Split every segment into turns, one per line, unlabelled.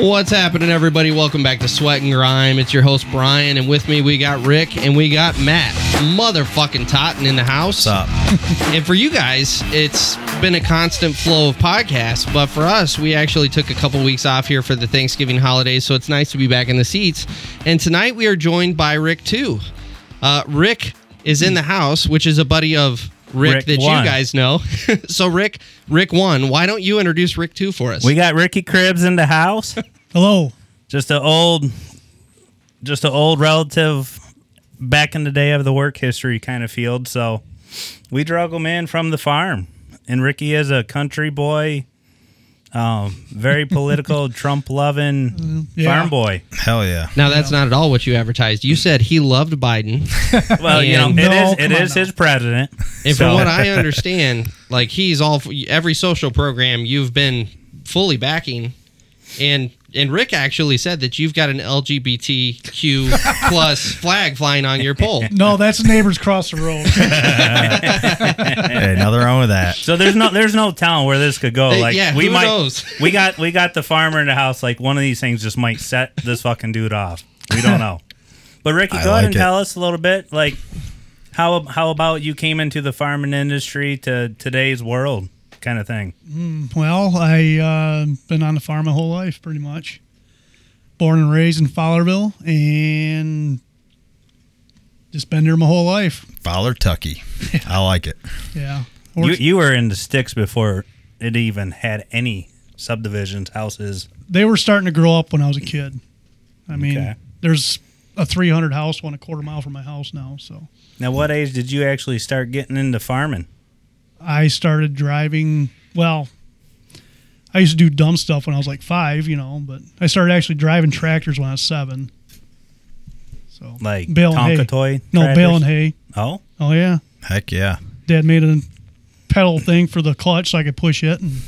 What's happening, everybody? Welcome back to Sweat and Grime. It's your host Brian, and with me we got Rick and we got Matt, motherfucking Totten in the house.
What's up?
And for you guys, it's been a constant flow of podcasts, but for us, we actually took a couple weeks off here for the Thanksgiving holidays, so it's nice to be back in the seats. And tonight we are joined by Rick too. Uh, Rick is in the house, which is a buddy of Rick,
Rick
that
one.
you guys know. so Rick, Rick one, why don't you introduce Rick two for us?
We got Ricky Cribs in the house.
Hello.
Just an old, just an old relative back in the day of the work history kind of field. So we drug him in from the farm, and Ricky is a country boy, um, very political, Trump loving
yeah.
farm boy.
Hell yeah.
now that's not at all what you advertised. You said he loved Biden.
Well, you know,
And-
it
No,
is it
come on
is
now.
his president.
And
So-
from what I understand, like he's all every social program you've been fully backing, and and Rick actually said that you've got an LGBTQ plus flag flying on your pole.
No, that's neighbors cross the road.
Hey, nothing wrong with that.
So there's no there's no town where this could go.
Hey,
Like
yeah,
we
who
might
knows?
we got we got the farmer in the house. Like one of these things just might set this fucking dude off. We don't know. But Ricky,
I
go ahead
like
and
it.
tell us a little bit. Like how how about you came into the farming industry to today's world kind of thing?
well, I uh, been on the farm my whole life, pretty much. Born and raised in Fowlerville, and just been there my whole life.
Fowler Tucky. I like it.
Yeah.
You
Worked-
you were in the sticks before it even had any subdivisions, houses.
they were starting to grow up when I was a kid. I mean,
Okay.
there's a 300 house one a quarter mile from my house now. So
Now, what age did you actually start getting into farming?
I started driving. Well, I used to do dumb stuff when I was like five, you know, but I started actually driving tractors when I was seven. So
Like
bale and
Tonka
hay.
toy?
No,
tractors?
bale and hay.
Oh,
Oh yeah,
Heck yeah.
Dad made a pedal thing for the clutch so I could push it. And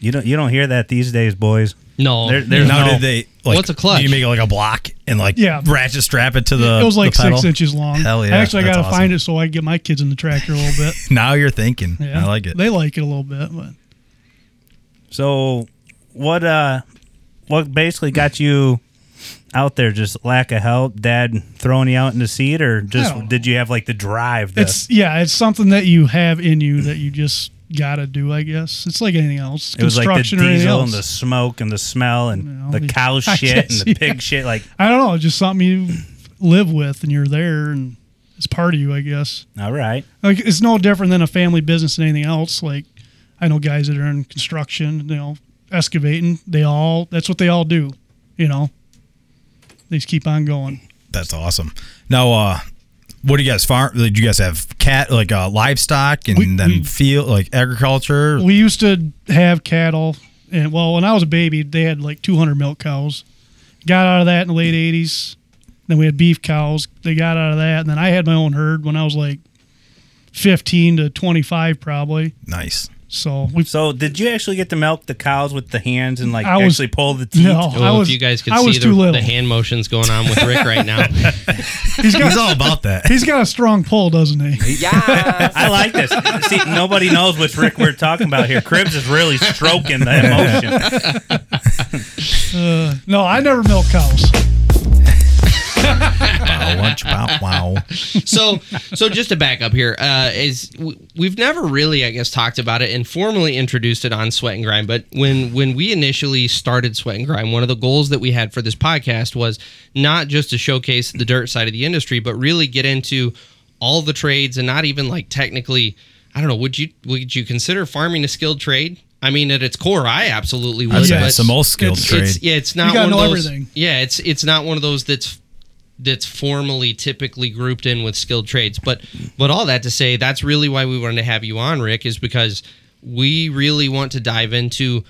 you don't you don't hear that these days, boys.
No,
There- there's
now
no.
did they like
What's a clutch?
do you make like a block and like
Yeah.
ratchet strap it to the
it was like
the pedal?
six inches long.
Hell yeah,
Actually, I
that's
gotta
awesome.
find it so I can get my kids in the tractor a little bit.
Now you're thinking.
Yeah,
I like it.
They like it a little bit, but
So, what uh, what basically got you out there? Just lack of help, dad throwing you out in the seat, or just
don't know.
did you have like the drive? To,
It's yeah, it's something that you have in you that you just gotta do. I guess it's like anything else.
it was like the
Construction or anything
diesel and
else.
the smoke and the smell and
Well,
the cow
I
shit and
guess,
the pig
yeah.
shit. Like,
I don't know. It's just something you live with, and you're there, and it's part of you. I guess.
all right,
Like it's no different than a family business than anything else. Like I know guys that are in construction, you know, excavating. They all that's what they all do. You know, they just keep on going.
That's awesome. Now uh what do you guys farm did you guys have cat like uh livestock and
We-
then
we-
field like agriculture?
We used to have cattle, and well, when I was a baby, they had like 200 milk cows. Got out of that in the late 80s. Then we had beef cows. They got out of that, and then I had my own herd when I was like 15 to 25, probably.
nice.
So we.
so did you actually get to milk the cows with the hands and like
I was-
actually pull the teeth?
No,
Oh,
I was.
if you guys could
I was
see
too
the,
little.
the hand motions going on with Rick right now.
He's
He's
got.
all about that.
he's got a strong pull, doesn't he?
I like this. See, nobody knows which Rick we're talking about here. Cribs is really stroking the emotion.
Uh, no, I never milk cows.
wow, lunch, wow, wow.
so so just to back up here uh is we- we've never really i guess talked about it and formally introduced it on sweat and grind but when when we initially started sweat and grind one of the goals that we had for this podcast was not just to showcase the dirt side of the industry but really get into all the trades and not even like technically i don't know would you would you consider farming a skilled trade i mean at its core i absolutely would
That's
Yeah,
but-
it's the most skilled
it's-
trade.
it's yeah, it's not one
gotta know
of those.
everything.
Yeah, it's it's not one of those that's that's formally typically grouped in with skilled trades. But but all that to say, that's really why we wanted to have you on, Rick, is because we really want to dive into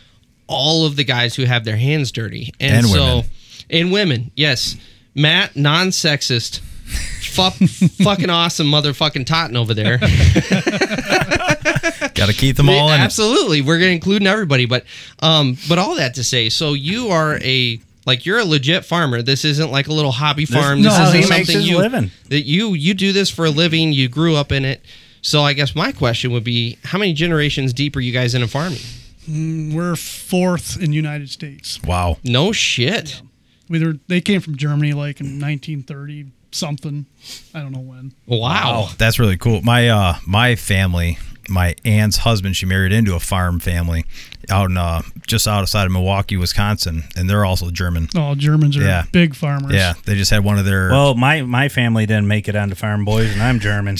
all of the guys who have their hands dirty, and,
And
so
women.
and women, yes, Matt, non-sexist. Fuck, fucking awesome motherfucking Totten over there.
Gotta keep them all
Yeah,
in it.
absolutely we're gonna including everybody but um but all that to say so you are a like you're a legit farmer this isn't like a little hobby farm
no,
this
he
isn't
makes
something
his
you
living.
that you you do this for a living you grew up in it so i guess my question would be how many generations deep are you guys into farming
We're fourth in United States.
Wow.
No shit.
We were, they came from Germany like in 1930 something. I don't know when.
Wow.
Oh, That's really cool. My uh my family, my aunt's husband, she married into a farm family out in uh just outside of Milwaukee, Wisconsin, and they're also German.
Oh, Germans are
Yeah.
big farmers.
Yeah, they just had one of their
Well, my, my family didn't make it onto Farm Boys, and I'm German.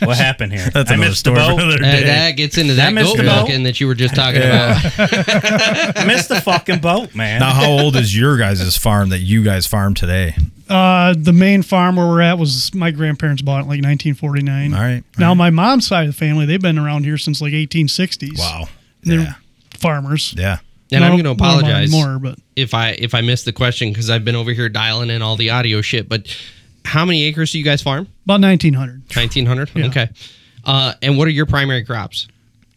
what happened here?
That's
I
another
missed
story
the
for
boat.
another
Uh,
day.
that gets into that
missed
goat
the boat.
milking that you were just talking about.
I missed the fucking boat, man.
Now, how old is your guys' farm that you guys farm today?
Uh, the main farm where we're at was my grandparents bought it in like 1949.
All right, all
Now my mom's side of the family, they've been around here since like 1860s.
Wow.
They're
Yeah.
farmers.
Yeah.
And I'm
Not-
going to
not mine
apologize
More, but
if I if I missed the question because I've been over here dialing in all the audio shit. But how many acres do you guys farm?
about 1900.
1900.
Yeah.
Okay. Uh, and what are your primary crops?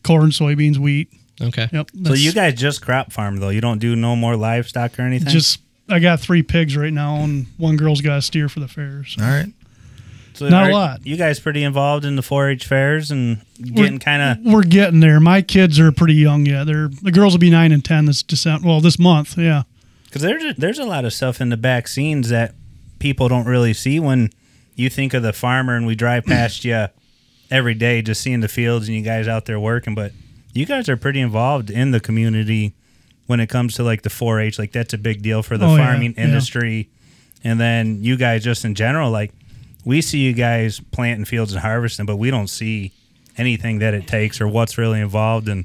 Corn, soybeans, wheat.
Okay.
Yep.
so
that's
you guys just crop farm though. You don't do no more livestock or anything.
just I got three pigs right now, and one girl's got a steer for the fairs.
All right.
So
not a
are
lot.
You guys pretty involved in the 4-H fairs and getting kind of
We're getting there. My kids are pretty young yet. They're the girls will be nine and ten this December. Well, this month. Yeah.
Because there's a, there's a lot of stuff in the back scenes that people don't really see when you think of the farmer and we drive past you every day, just seeing the fields and you guys out there working. But you guys are pretty involved in the community when it comes to like the 4-H. Like that's a big deal for the
Oh, yeah,
farming
yeah.
industry, and then you guys just in general. Like we see you guys planting fields and harvesting, but we don't see anything that it takes or what's really involved and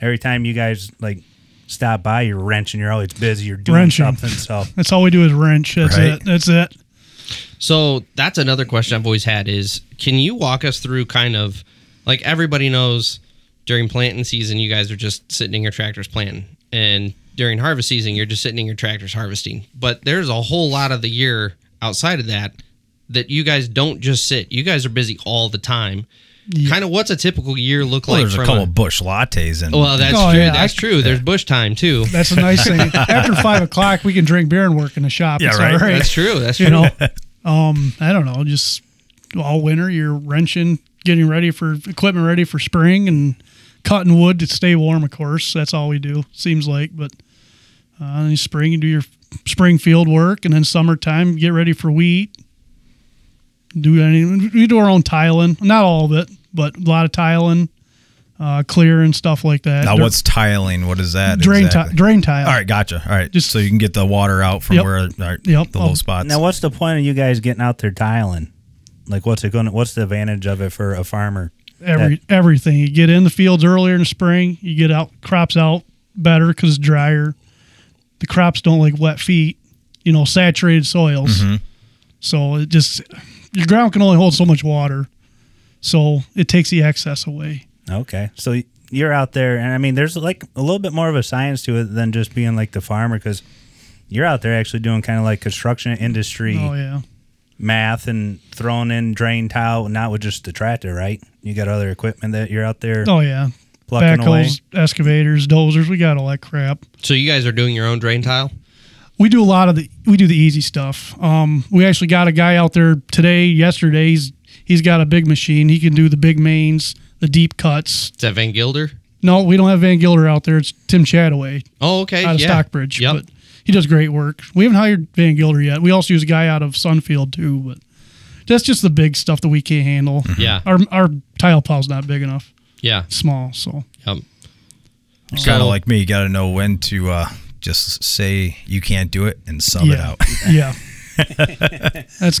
every time you guys like stop by, you're wrenching. You're always busy. You're doing
Wrenching.
something. So
That's all we do is wrench. That's
Right.
it. That's it.
So that's another question I've always had is can you walk us through kind of like everybody knows during planting season you guys are just sitting in your tractors planting and during harvest season you're just sitting in your tractors harvesting. But there's a whole lot of the year outside of that that you guys don't just sit. You guys are busy all the time. Kind of what's a typical year look
Well,
like
there's a
from
couple
a-
of bush lattes and
Well, that's
Oh,
true.
yeah,
that's
I-
true. There's bush time too.
That's a nice thing. After five o'clock, we can drink beer and work in the shop.
Yeah,
it's
right.
All right.
That's true. That's true.
you know, um, I don't know. Just all winter, you're wrenching, getting ready for equipment ready for spring, and cutting wood to stay warm. Of course, that's all we do. Seems like, but uh, in spring, you do your spring field work, and then summertime, you get ready for wheat. Do any? We do our own tiling. Not all of it, but a lot of tiling, uh, clear and stuff like that.
Now,
Dra-
what's tiling? What is that?
drain
exactly?
ti- drain tile?
All right, gotcha. All right,
Just-
so you can get the water out from
Yep.
where all right,
Yep.
the low
Um,
spots.
now, what's the point of you guys getting out there tiling? Like, what's it going? to What's the advantage of it for a farmer?
every everything. You get in the fields earlier in the spring. You get out crops out better because it's drier. The crops don't like wet feet. You know, saturated soils.
Mm-hmm.
So it just your ground can only hold so much water. So it takes the excess away.
Okay, so y- you're out there, and I mean, there's like a little bit more of a science to it than just being like the farmer because you're out there actually doing kind of like construction industry
Oh yeah.
math and throwing in drain tile, not with just the tractor, right? You got other equipment that you're out there
Oh yeah.
plucking away.
Backhoes, excavators, dozers. We got all that crap.
So you guys are doing your own drain tile?
we do a lot of the we do the easy stuff. Um, we actually got a guy out there today, yesterday. He's he's got a big machine. He can do the big mains, the deep cuts.
Is that Van Gilder?
No, we don't have Van Gilder out there. It's Tim Chadaway
Oh, okay.
out of
yeah.
Stockbridge.
Yep.
But he does great work. We haven't hired Van Gilder yet. We also use a guy out of Sunfield too, but that's just the big stuff that we can't handle.
Hmm.
Yeah.
Our our tile pile's not big enough.
yeah.
Small, so
Yep.
kind
So-
of like me, you got to know when to uh, just say you can't do it and sum it
yeah.
out.
yeah. That's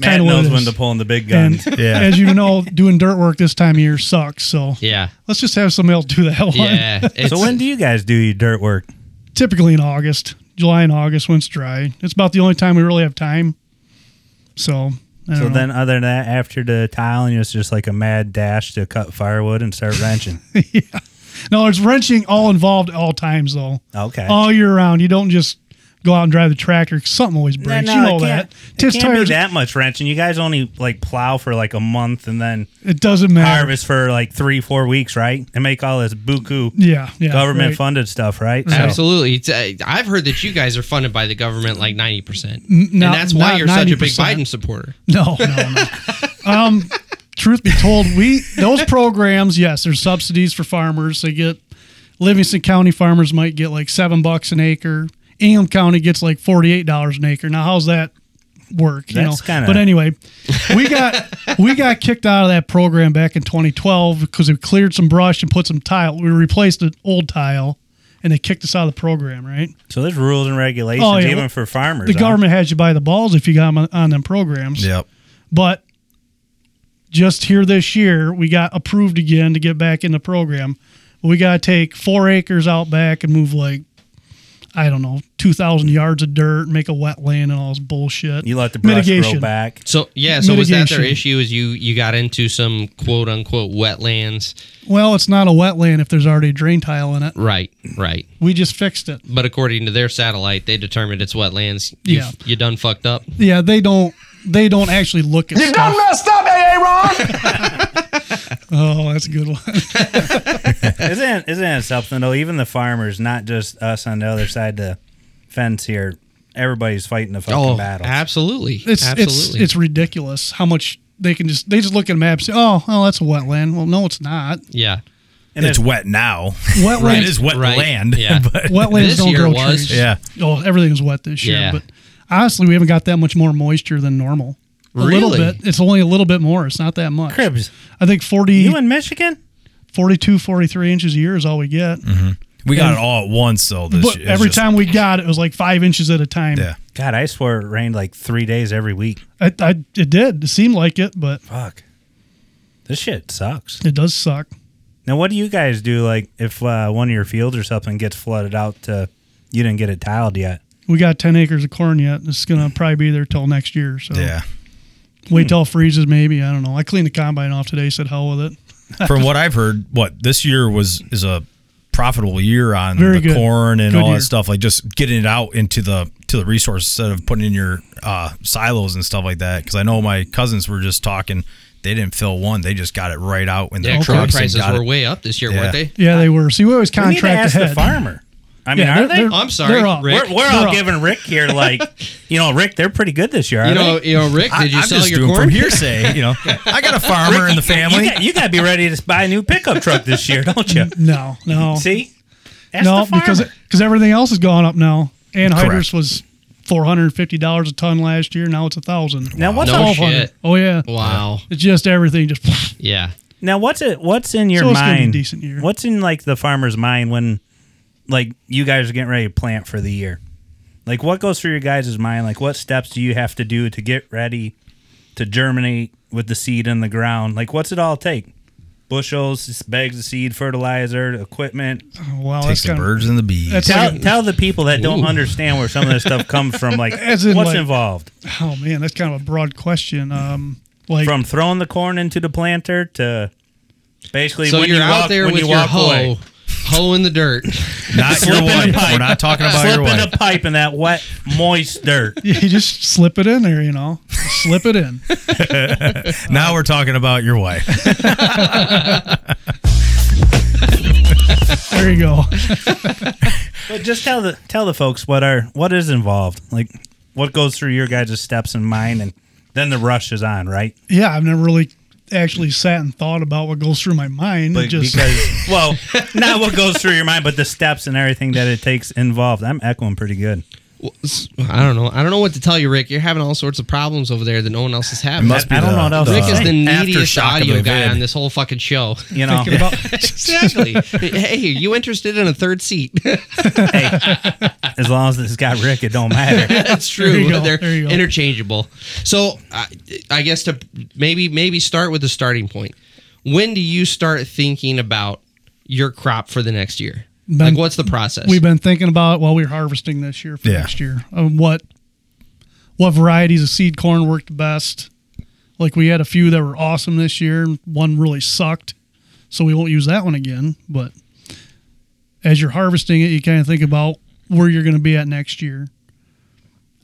Matt
kind of what it
knows
is.
when to pull in the big guns.
And
Yeah.
as you know, doing dirt work this time of year sucks. So
Yeah.
let's just have somebody else do that one.
Yeah. It's-
So when do you guys do your dirt work?
Typically in August, July and August when it's dry. It's about the only time we really have time. So,
So
I don't know.
then, other than that, after the tiling, it's just like a mad dash to cut firewood and start wrenching.
no, it's wrenching all involved at all times though.
Okay.
All year round. You don't just go out and drive the tractor. 'cause Something always breaks.
No,
you
no,
know
it
that.
can't-
Tips
it can't
tires.
be that much wrenching. You guys only like plow for like a month and then
It doesn't matter.
harvest for like three, four weeks, right? And make all this buku
Yeah, yeah.
government
right.
funded stuff, right? So-
Absolutely. It's, uh, I've heard that you guys are funded by the government like 90%. and
no,
that's why
not
you're such a big
90%.
Biden supporter.
No, no, no. um, truth be told, we those programs, yes, there's subsidies for farmers. They get Livingston County farmers might get like seven bucks an acre. Ingham County gets like forty eight dollars an acre. Now how's that work? You
That's
know?
kinda-
But anyway, we got we got kicked out of that program back in twenty twelve because we cleared some brush and put some tile. We replaced an old tile and they kicked us out of the program, right?
So there's rules and regulations
Oh, yeah.
even for farmers.
The
huh?
government had you by the balls if you got 'em on, on them programs.
Yep.
But just here this year, we got approved again to get back in the program. We got to take four acres out back and move like, I don't know, 2,000 yards of dirt, make a wetland and all this bullshit.
You let the brush grow
Mitigation.
back.
So yeah, so was that their
Mitigation.
issue? Is you you got into some quote unquote wetlands?
Well, it's not a wetland if there's already a drain tile in it.
Right, right.
We just fixed it.
But according to their satellite, they determined it's wetlands. You,
Yeah.
you done fucked up.
Yeah, they don't. They don't actually look at stuff.
messed up, Aaron.
Oh, that's a good one.
isn't isn't it something though? Even the farmers, not just us on the other side of the fence here. Everybody's fighting the fucking
Oh,
battle.
absolutely,
It's it's
absolutely.
it's ridiculous how much they can just they just look at a map and say, oh, oh, that's a wetland. Well, no, it's not.
yeah.
and
it's
if-
wet now.
Wetlands
it is wet
right,
land.
yeah.
But
wetlands
This
don't
year
grow
was-
trees.
yeah.
Oh, everything was wet this year.
Yeah.
But honestly, we haven't got that much more moisture than normal. A little
Really?
bit. It's only a little bit more. It's not that much.
Cribs,
I think 40,
you in Michigan?
42, 43 inches a year is all we get.
We got it all at once though this
But
year. Mm-hmm. It's
every
just-
time we got it, it was like five inches at a time.
Yeah.
God, I swear it rained like three days every week.
I, I, it did. It seemed like it, but
Fuck, this shit sucks.
it does suck.
Now, what do you guys do? Like, if uh, one of your fields or something gets flooded out, to, you didn't get it tiled yet.
We got 10 acres of corn yet. It's going to probably be there till next year. So
Yeah.
wait till it freezes, maybe. I don't know. I cleaned the combine off today, said hell with it.
From what I've heard, what this year was is a profitable year on
Very
the
good.
corn and
Good
all
year.
that stuff. Like just getting it out into the to the resource instead of putting in your uh, silos and stuff like that. Because I know my cousins were just talking. They didn't fill one. They just got it right out in
Yeah,
their
corn
trucks and
prices
got
were
it.
way up this year, weren't
Yeah.
they?
Yeah, they were. See, we always
We need to
contract
ask
ahead.
the farmer. I mean,
Yeah,
are
they're-
they?
they're-
I'm sorry,
they're up.
Rick.
we're we're
they're
all
up.
giving Rick here like, you know, Rick, they're pretty good this year.
You
aren't
know,
they?
you know, Rick, did you
I, am
sell
just
your
doing
corn?
from hearsay. You know, I got a farmer in the family.
you got, you got to be ready to buy a new pickup truck this year, don't you?
No, no.
See, Ask
no,
the farmer.
because because everything else has gone up now. Anhydrous was four hundred and fifty dollars a ton last year. Now it's a thousand.
now what's
No
up-
shit.
Oh yeah,
Wow.
it's just everything. Just oh,
Yeah.
now what's it what's in your
So it's gonna be a
mind?
decent year.
What's in like the farmer's mind when like you guys are getting ready to plant for the year? Like what goes through your guys' mind? Like what steps do you have to do to get ready to germinate with the seed in the ground? Like what's it all take? Bushels, just bags of seed, fertilizer, equipment.
wow, that's
Takes the
kind of
birds and the bees.
that's
Tell,
like-
tell the people that don't
Ooh.
understand where some of this stuff comes from. Like,
As
what's
in, like-
involved?
oh man, that's kind of a broad question. Um, like
From throwing the corn into the planter to basically
So
when
you're
you
out
walk,
there
when
with
you
your
walk
hoe,
away.
hoeing the dirt.
not your
Slip in a
wife.
pipe.
We're not talking about your
slipping
wife.
a pipe in that wet, moist dirt.
you just slip it in there, you know, slip it in.
Now we're talking about your wife.
There you go.
But just tell the tell the folks what are what is involved, like what goes through your guys' steps and mine, and then the rush is on, right?
Yeah, I've never really actually sat and thought about what goes through my mind. It
But
just
because well, not what goes through your mind, but the steps and everything that it takes involved. I'm echoing pretty good.
Well, s- I don't know. I don't know what to tell you, Rick. You're having all sorts of problems over there that no one else is having.
must be
I don't
the-
know what else
Rick
to
is
say.
the neediest
aftershock of
audio
the
guy
vid.
on this whole fucking show.
You know,
exactly. hey, you interested in a third seat?
as long as it's got Rick, it don't matter.
That's true.
There you go.
They're
There you go.
interchangeable. So I, I guess to maybe maybe start with the starting point. When do you start thinking about your crop for the next year?
Then-
like what's the process?
We've been thinking about it while we were harvesting this year for
Yeah.
next year. Um, what what varieties of seed corn worked best? Like we had a few that were awesome this year. and One really sucked, so we won't use that one again. But as you're harvesting it, you kind of think about where you're going to be at next year,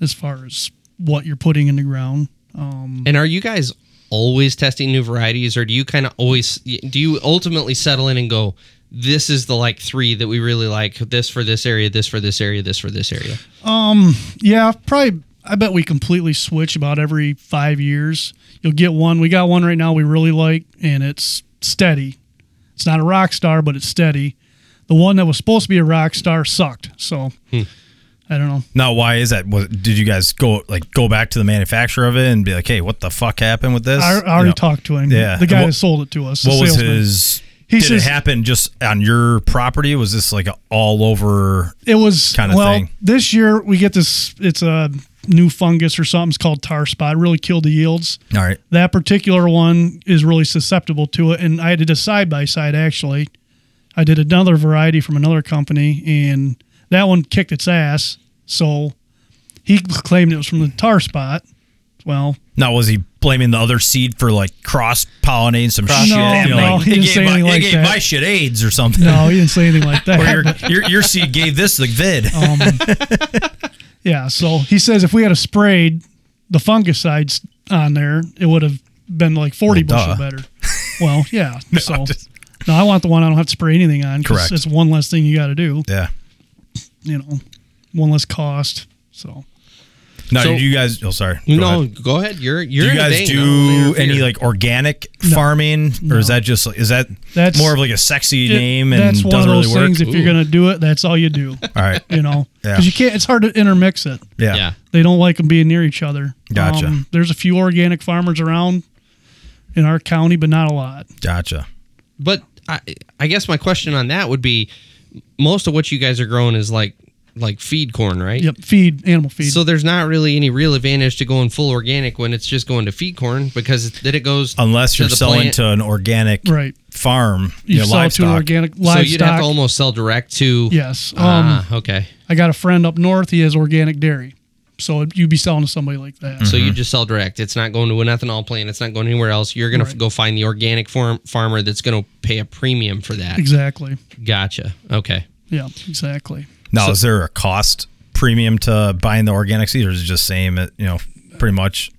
as far as what you're putting in the ground. um,
and are you guys always testing new varieties, or do you kind of always do you ultimately settle in and go? This is the like three that we really like. This for this area. This for this area. This for this area.
Yeah, probably. I bet we completely switch about every five years. You'll get one. We got one right now we really like, and it's steady. It's not a rock star, but it's steady. the one that was supposed to be a rock star sucked. So
Hmm.
I don't know.
Now, why is that? Was, did you guys go like go back to the manufacturer of it and be like, "Hey, what the fuck happened with this?"
I, I
You
already
know,
talked to him.
Yeah.
The guy
What-
that sold it to us. the
What was
salesman.
his?
He
did
says-
it happen just on your property? Was this like a all over?
It was
kinda
well,
thing?
This year we get this. It's a new fungus or something. It's called tar spot. It really killed the yields.
All right.
That particular one is really susceptible to it, and I did a side by side actually. I did another variety from another company, and that one kicked its ass. So he claimed it was from the tar spot. Well,
Now, was he blaming the other seed for like cross pollinating some
Cross-
no,
shit?
damn,
no,
like,
he
it
didn't
gave,
say
my,
anything
it
like
gave
that.
my shit AIDS or something.
no, he didn't say anything like that.
your, your, your seed gave this the vid.
Um, yeah, so he says if we had a sprayed the fungicides on there, it would have been like 40
Well,
bushel
duh.
better. Well, yeah. so
I'm just-
no, I want the one I don't have to spray anything on
Correct.
because it's one less thing you got to do,
Yeah.
you know, one less cost. So
Now,
So-
did you guys? Oh, sorry. Go
no,
ahead.
go ahead. You're you're
Do you
in a
guys
vein.
do
No,
any
you're-
like organic farming, or is that just is that
That's-
more of like a sexy
it-
name and
that's
doesn't
one of those
really work?
things. If you're
Ooh.
going to do it, that's all you do,
All right.
you know,
Yeah.
because you can't, it's hard to intermix it.
Yeah.
yeah.
they don't like them being near each other. Um,
Gotcha.
there's a few organic farmers around in our county, but not a lot.
Gotcha.
But I, I guess my question on that would be, most of what you guys are growing is like like feed corn, right?
Yep, feed animal feed.
So there's not really any real advantage to going full organic when it's just going to feed corn because then it goes
Unless
to
you're
the
selling
plant.
to an organic
right,
farm,
you
you know,
sell to an
livestock.
organic
so
livestock.
you'd have to almost sell direct to
yes. Um,
Ah, okay.
I got a friend up north. He has organic dairy, so it- you'd be selling to somebody like that.
So you just sell direct. It's not going to an ethanol plant. It's not going anywhere else. You're going to
Right.
go find the organic farm farmer that's going to pay a premium for that.
exactly.
Gotcha. Okay.
Yeah, exactly.
Now, is there a cost premium to buying the organic seed, or is it just same? uh, You know, pretty much.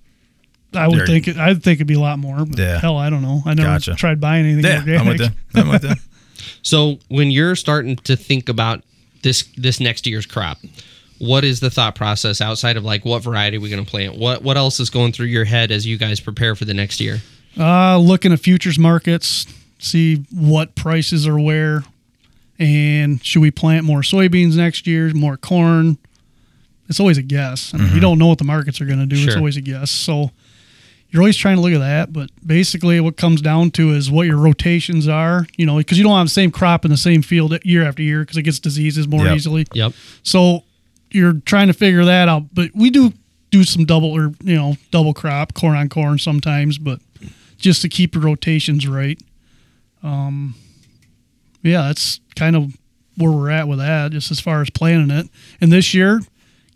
I would
There-
think it, I would think it'd be a lot more. But
Yeah.
Hell, I don't know. I never
Gotcha.
tried buying anything
Yeah,
organic.
I'm with you. I'm with you.
So when you're starting to think about this this next year's crop, what is the thought process outside of like what variety are we going to plant? What what else is going through your head as you guys prepare for the next year?
Uh, looking at futures markets, see what prices are where, and should we plant more soybeans next year, more corn? It's always a guess. I mean,
Mm-hmm.
You don't know what the markets are going to do. It's
Sure.
always a guess. So you're always trying to look at that. But basically, what comes down to is what your rotations are. You know, because you don't have the same crop in the same field year after year because it gets diseases more
Yep.
easily.
Yep.
So you're trying to figure that out. But we do do some double or you know double crop corn on corn sometimes, but just to keep the rotations right. Um, yeah, that's kind of where we're at with that, just as far as planning it. And this year,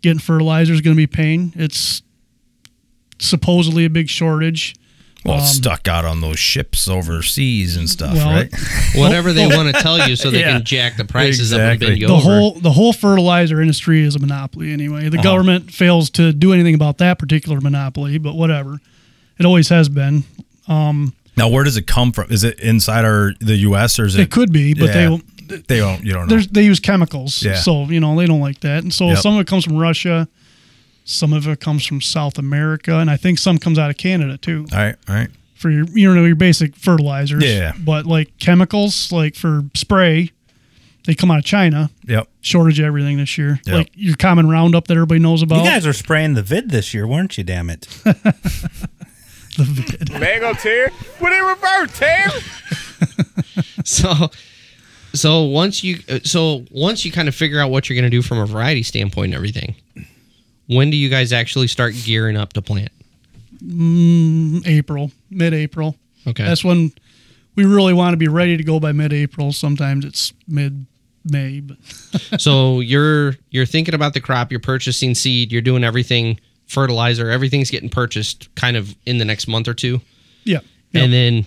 getting fertilizer is going to be a pain. It's supposedly a big shortage.
Well, it's stuck out on those ships overseas and stuff,
Um, well,
right?
Whatever they want to tell you so they
Yeah.
can jack the prices up and
Exactly.
bend you
the
over.
whole the whole fertilizer industry is a monopoly anyway. The government fails to do anything about that particular monopoly, but whatever. It always has been.
Now, where does it come from? Is it inside our the U.S. or is it?
It could be, but
Yeah.
they will
They don't. You don't know.
there's they use chemicals,
Yeah.
so you know they don't like that. And so
Yep.
some of it comes from Russia, some of it comes from South America, and I think some comes out of Canada too
All right. All right.
for your you know your basic fertilizers.
Yeah.
but like chemicals, like for spray, they come out of China.
Yep.
Shortage of everything this year,
Yep.
like your common Roundup that everybody knows about.
You guys were spraying the vid this year, weren't you? Damn it!
The vid.
Bagel tear? Would it reverse tear?
so so once you uh, so once you kind of figure out what you're going to do from a variety standpoint and everything when do you guys actually start gearing up to plant
April, mid-April.
okay
That's when we really want to be ready to go by mid-April. Sometimes it's mid-May, but
so you're you're thinking about the crop you're purchasing seed you're doing everything fertilizer everything's getting purchased kind of in the next month or two
yeah.
and then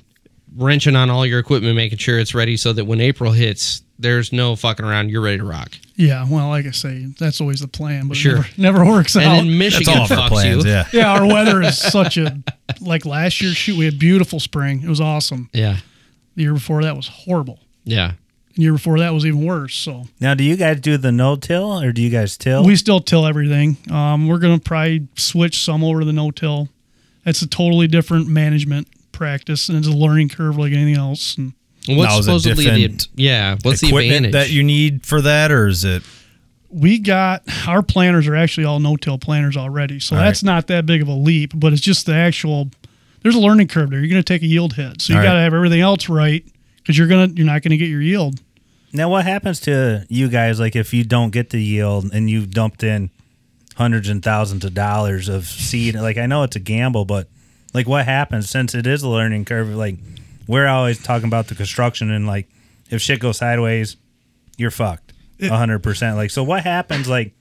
wrenching on all your equipment making sure it's ready so that when april hits there's no fucking around you're ready to rock
Yeah, well, like I say, that's always the plan, but
Sure.
it never, never works
and
out.
then
That's
michigan
all of our
fucks
plans.
you
Yeah.
yeah, our weather is such a like last year. Shoot, we had beautiful spring. It was awesome.
yeah
The year before that was horrible.
yeah
The year before that was even worse. So
Now, do you guys do the no-till or do you guys till?
we still till everything. Um, we're gonna probably switch some over to the no-till. That's a totally different management practice, and it's a learning curve like anything else. And
What's
Now, is it
supposedly the
different
yeah? What's the
equipment
advantage
that you need for that, or is it
we got our planners are actually all no-till planners already, so
All
that's not that big of a leap. But it's just the actual. There's a learning curve there. You're going to take a yield hit, so you
All right.
got to have everything else right because you're gonna you're not going to get your yield.
Now, what happens to you guys? Like, if you don't get the yield and you've dumped in hundreds and thousands of dollars of seed, like I know it's a gamble, but like, what happens since it is a learning curve? Like, we're always talking about the construction and like, if shit goes sideways, you're fucked, hundred percent. Like, so what happens? Like,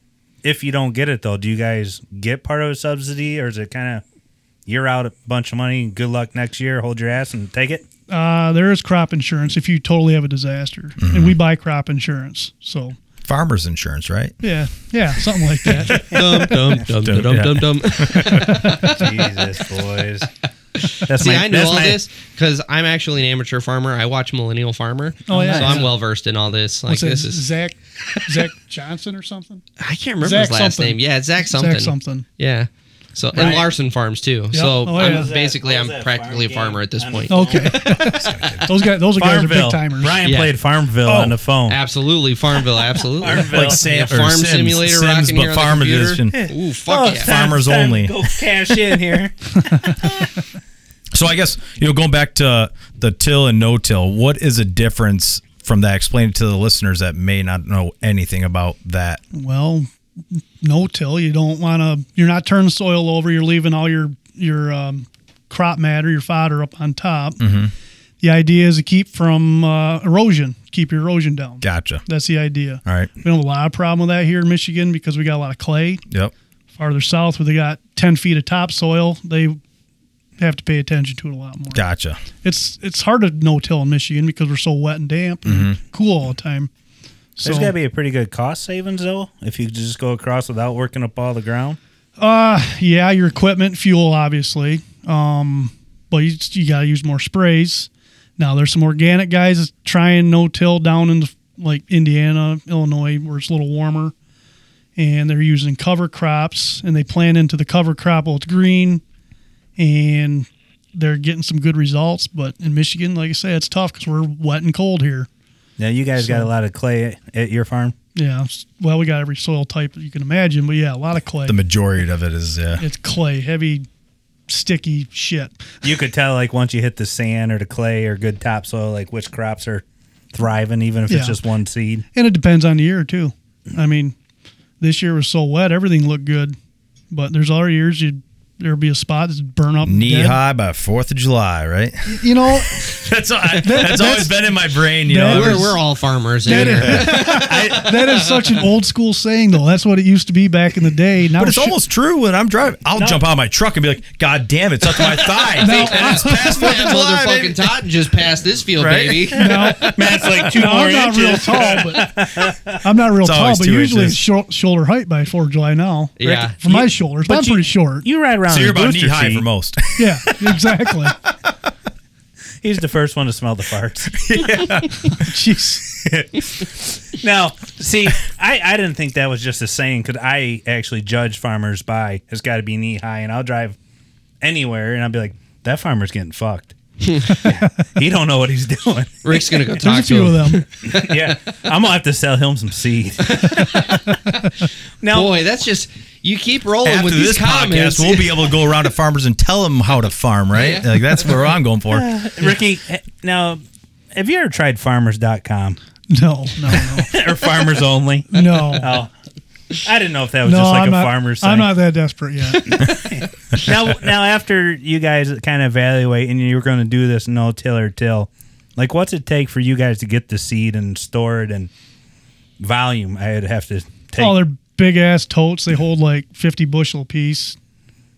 if you don't get it though, do you guys get part of a subsidy, or is it kind of you're out a bunch of money, good luck next year, hold your ass and take it?
Uh, there is crop insurance if you totally have a disaster, and we buy crop insurance. So
farmers insurance? Right?
yeah, yeah, something like that.
dum dum dum dum
Yeah.
dum dum.
Jesus, boys. That's
See,
my-
I know
that's
all
my-
this because I'm actually an amateur farmer. I watch Millennial Farmer.
Oh, yeah.
so I'm well versed in all this. Like
What's that,
this is,
Zach Zach Johnson or something?
I can't remember
Zach
his last
something.
name. Yeah, it's Zach something.
Zach something.
Yeah. So and Larson Farms too. So
Oh, yeah.
I'm
What is that-
basically
what
I'm
is that
practically
farm
a farmer
game?
at this
I
point.
Okay, those guys those guys are big
Farmville.
timers.
Ryan
Yeah.
played Farmville on the phone.
Absolutely, Farmville. Absolutely.
Farmville.
Sam,
farm simulator rocking here on the computer. Ooh,
Oh,
fuck
Oh,
yeah.
farmers only.
Go cash in here.
So I guess you know, going back to the till and no till, what is a difference from that? Explain it to the listeners that may not know anything about that.
Well, no till. You don't want to. You're not turning soil over. You're leaving all your your um, crop matter, your fodder up on top. The idea is to keep from uh, erosion. Keep your erosion down.
Gotcha.
That's the idea.
All right.
We don't have a lot of problem with that here in Michigan because we got a lot of clay.
Yep.
Farther south, where they got ten feet of topsoil, they have to pay attention to it a lot more.
Gotcha.
It's it's hard to no till in Michigan because we're so wet and damp, and cool all the time. So
There's got to be a pretty good cost savings, though, if you just go across without working up all the ground.
Uh, yeah, your equipment, fuel, obviously. Um, but you, you got to use more sprays. Now there's some organic guys that's trying no till down in the, like Indiana, Illinois, where it's a little warmer, and they're using cover crops and they plant into the cover crop while it's green, and they're getting some good results. But in Michigan, like I said, it's tough because we're wet and cold here.
Now, you guys got a lot of clay at your farm.
Yeah, s- well, we got every soil type that you can imagine, but yeah, a lot of clay.
The majority of it is uh, yeah.
it's clay, heavy, sticky shit.
You could tell, like, once you hit the sand or the clay or good topsoil, like, which crops are thriving, even if
Yeah.
it's just one seed.
And it depends on the year too. I mean, this year was so wet, everything looked good, but there's other years you there'll be a spot that's burn up
Knee
dead.
high by Fourth of July, right?
You know,
that's I, that's always been in my brain. You
that-
know,
We're,
there's-
we're all farmers. in here.
that is such an old school saying though. That's what it used to be back in the day. Now
But it's
shit-
almost true when I'm driving. I'll jump out of my truck and be like, "God damn, it touched my thigh." And it's past Fourth of
That
July, baby.
motherfucking Totten just passed this field,
Right?
baby.
now,
Matt's like two
now,
more
I'm not real
inches.
tall, but I'm not real
It's
tall,
always
but
two
usually it's
inches.
shou- shoulder height by 4th of July now.
Yeah.
For my shoulders, but, I'm
you-
pretty short.
You ride around
So you're
in a
about knee
booster
high
seat.
for most.
yeah, exactly.
He's the first one to smell the farts.
Jeez.
Now, see, I, I didn't think that was just a saying because I actually judge farmers by has got to be knee high, and I'll drive anywhere and I'll be like, that farmer's getting fucked. he don't know what he's doing.
Rick's gonna go
There's a
talk
few
to him.
of them.
yeah, I'm gonna have to sell him some seed. now,
Boy, that's just you keep rolling
After
with these
this
comments.
podcast, we'll be able to go around to farmers and tell them how to farm, right?
Yeah.
Like that's where I'm going for.
Ricky, eh, now have you ever tried farmers.com
No, no,
or farmers only?
no. No.
Oh, I didn't know if that was just like
I'm
a
not,
farmer's.
I'm
thing.
not that desperate yet.
now, now after you guys kind of evaluate and you're going to do this no till or till, like what's it take for you guys to get the seed and store it and volume? I'd have to take.
Oh, they're big ass totes. They hold like 50 bushel apiece.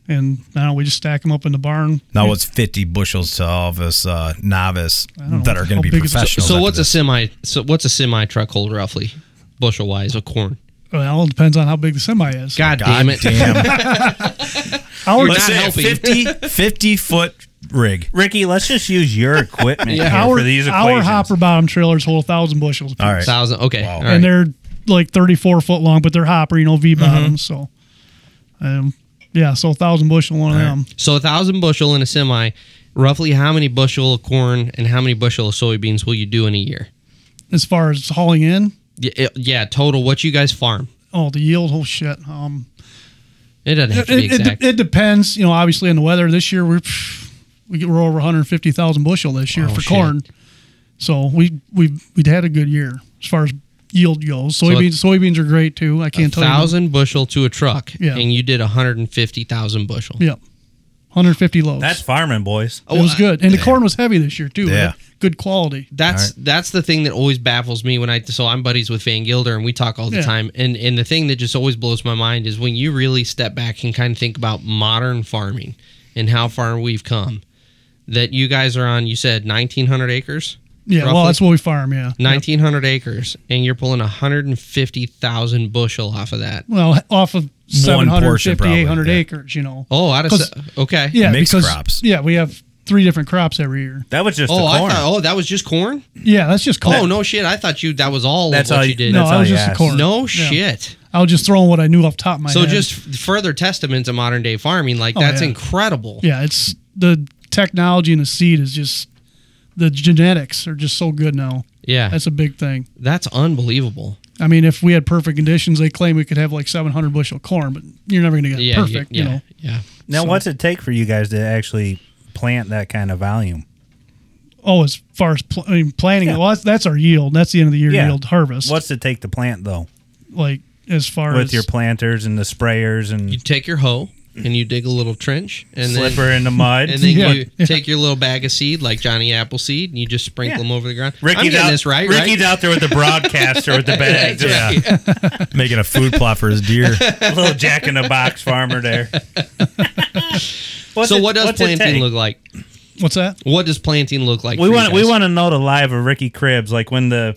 And now we just stack them up in the barn.
Now it's 50 bushels to all of us uh, novice
don't
that
know
are going
how
to be
big is-
professionals.
so
after
what's a
this.
semi? So what's a semi truck hold roughly, bushel wise of corn?
Well, it depends on how big the semi is.
God,
God
damn it!
Damn.
I would,
You're
Let's
not
say a
helping.
50, 50 foot rig.
Ricky, let's just use your equipment here
our,
for these
our
equations.
hopper bottom trailers hold a thousand bushels. Apiece.
All right.
Thousand. Okay. all
Wow.
And
right. Mm-hmm.
they're like 34 foot long, but they're hopper, you know, V bottom. So, um, yeah, so a thousand bushel one of them.
So a thousand bushel in a semi. roughly how many bushel of corn and how many bushel of soybeans will you do in a year?
as far as hauling in.
Y- it- Yeah, total. What you guys farm?
Oh, the yield, whole shit. Um,
It doesn't have
it,
to be
it,
exact.
it, it depends, you know, obviously on the weather. This year we're we get, we're over 150,000 bushel this year
Oh,
for
shit.
corn. So we we we'd had a good year as far as yield goes. Soybeans soybeans are great too. I can't tell
thousand bushel to a truck,
Yeah.
and you did hundred and fifty thousand bushel.
you. Yep. 150 loads.
That's farming, boys.
it was good. And the corn was heavy this year too.
Yeah.
right? Good quality.
That's that's the thing that always baffles me when I so I'm buddies with Van Gilder and we talk all the
Yeah.
time and and the thing that just always blows my mind is when you really step back and kind of think about modern farming and how far we've come that you guys are on you said 1900 acres
Yeah, well,
Roughly.
that's what we farm, yeah.
1900 acres and you're pulling 150,000 bushel off of that.
Well, off of
portion
750
probably,
800
yeah.
acres, you know.
Oh, out of
'Cause-
se- okay.
yeah,
Mixed
because-
crops.
Yeah, we have three different crops every year.
That was just
Oh,
the
I
corn.
thought oh, that was just corn?
Yeah, that's just corn.
Oh, no shit. I thought you that was all
That's
of what
all
you,
you-
did.
No,
That's
I
all
was
you
just the
asked.
corn.
No
Yeah.
shit.
I was just throwing what I knew off the top of my
So
head.
just f- further testament to modern day farming. Like that's
yeah.
incredible.
yeah, it's the technology in the seed is just the genetics are just so good now.
Yeah, that's,
That's a big thing.
unbelievable.
I mean, if we had perfect conditions, they claim we could have like 700 bushel corn, but you're never going to get
Yeah,
perfect.
yeah,
You know,
yeah.
now, what's it take for you guys to actually plant that kind of volume?
oh, as far as pl- I mean, planting,
Yeah.
well, that's, that's our yield. That's the end of the year
Yeah.
yield harvest.
What's it take to plant though,
like as far
with
as
your planters and the sprayers
You
and
take your hoe and you dig a little trench, and
slipper
then
in the mud?
and then
Yeah,
you
yeah.
take your little bag of seed like Johnny Appleseed, and you just sprinkle
Yeah.
them over the ground. I'm
Ricky's
getting
out,
this right,
Ricky's
right?
out there with the broadcaster with the bag, just
Yeah.
making a food plot for his deer.
a little jack in the box farmer there. What's
So
it-
what does
what's it
planting
take?
look like?
what's that?
What does planting look like?
We
for you
want we
guys?
want to know the live of Ricky Cribs, like when the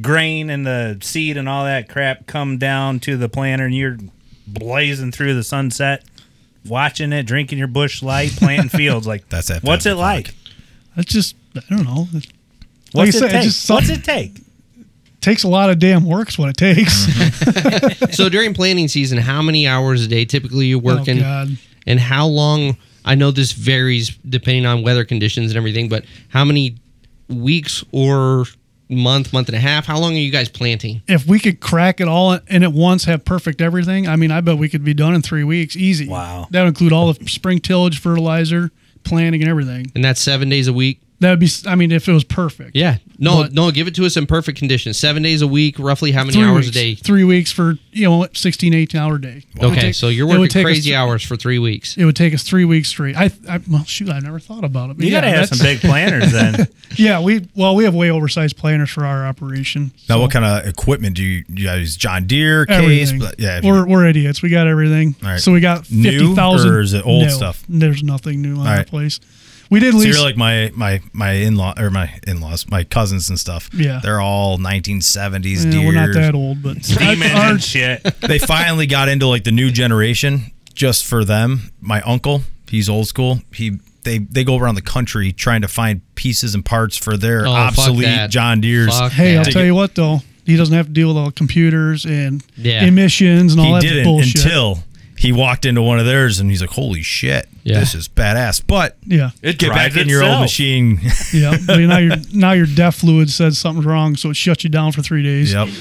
grain and the seed and all that crap come down to the planter, and you're blazing through the sunset, watching it, drinking your bush light, planting fields. Like
That's that
What's
type
it
of
like?
talk.
That's just, I don't know. It Like
What's
I
it
said,
take?
just some-
What's it take?
takes a lot of damn work is what it takes.
Mm-hmm. so during planting season, how many hours a day typically you
oh,
working?
God.
and how long i know this varies depending on weather conditions and everything but how many weeks or month month and a half how long are you guys planting
If we could crack it all and at once have perfect everything, I mean, I bet we could be done in three weeks, easy.
Wow.
That would include all the spring tillage, fertilizer, planting, and everything.
and that's seven days a week
That would be, I mean, if it was perfect.
yeah no
But-
no give it to us in perfect conditions seven days a week roughly how many
Three
hours
weeks,
a day
Three weeks for, you know, 16, 18 hour day.
okay so you're
it would
working
take us
crazy
th-
hours for three weeks
It would take us three weeks straight. I, I well, shoot, I never thought about it. but
You
yeah,
gotta have some
that's-
big planters then.
Yeah, we, well, we have way oversized planters for our operation.
Now, what kind of equipment do you, you use? John Deere, case,
Everything.
but- yeah. if you-
we're, we're idiots. We got everything.
All right.
So we got
New,
fifty thousand.
or is it old stuff?
There's nothing new on
All
the
right.
place. We did
so
lease.
you're like my my my in law or my in laws, my cousins and stuff.
Yeah.
they're all 1970s
Yeah,
deer.
we're not that old, but
Demon
Our-
and shit.
they finally got into like the new generation just for them. My uncle, he's old school. He they they go around the country trying to find pieces and parts for their
Oh, fuck
obsolete
that.
John Deere's.
Fuck
hey, I'll
that.
tell you what though, he doesn't have to deal with all the computers and
Yeah.
emissions and all
He
that
didn't
bullshit.
until he walked into one of theirs and he's like, "Holy shit,
Yeah.
this is badass!" But
yeah,
It
get back
drives
in your old
itself.
machine.
yeah. But now your now your death fluid says something's wrong, so it shuts you down for three days.
yep.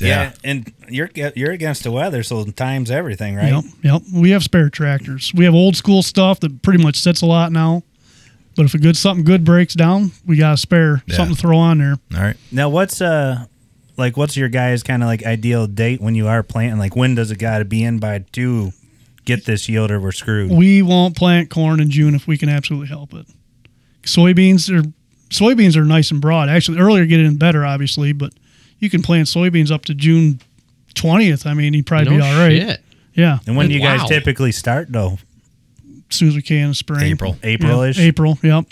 Yeah,
yeah.
and you're you're against the weather, so time's everything, right?
Yep, yep. We have spare tractors. We have old school stuff that pretty much sits a lot now. But if a good something good breaks down, we got a spare
Yeah.
something to throw on there.
All right.
Now, what's uh, like, what's your guys' kind of like ideal date when you are planting? Like, when does it got to be in by to get this yield or we're screwed?
we won't plant corn in June if we can absolutely help it. Soybeans are soybeans are nice and broad. Actually, earlier getting better, obviously, but you can plant soybeans up to June twentieth. I mean, you'd probably
no
be all right.
shit.
Yeah,
and when do you
Wow.
guys typically start though?
as soon as we can in spring,
April.
April-ish.
Yeah, April. Yep.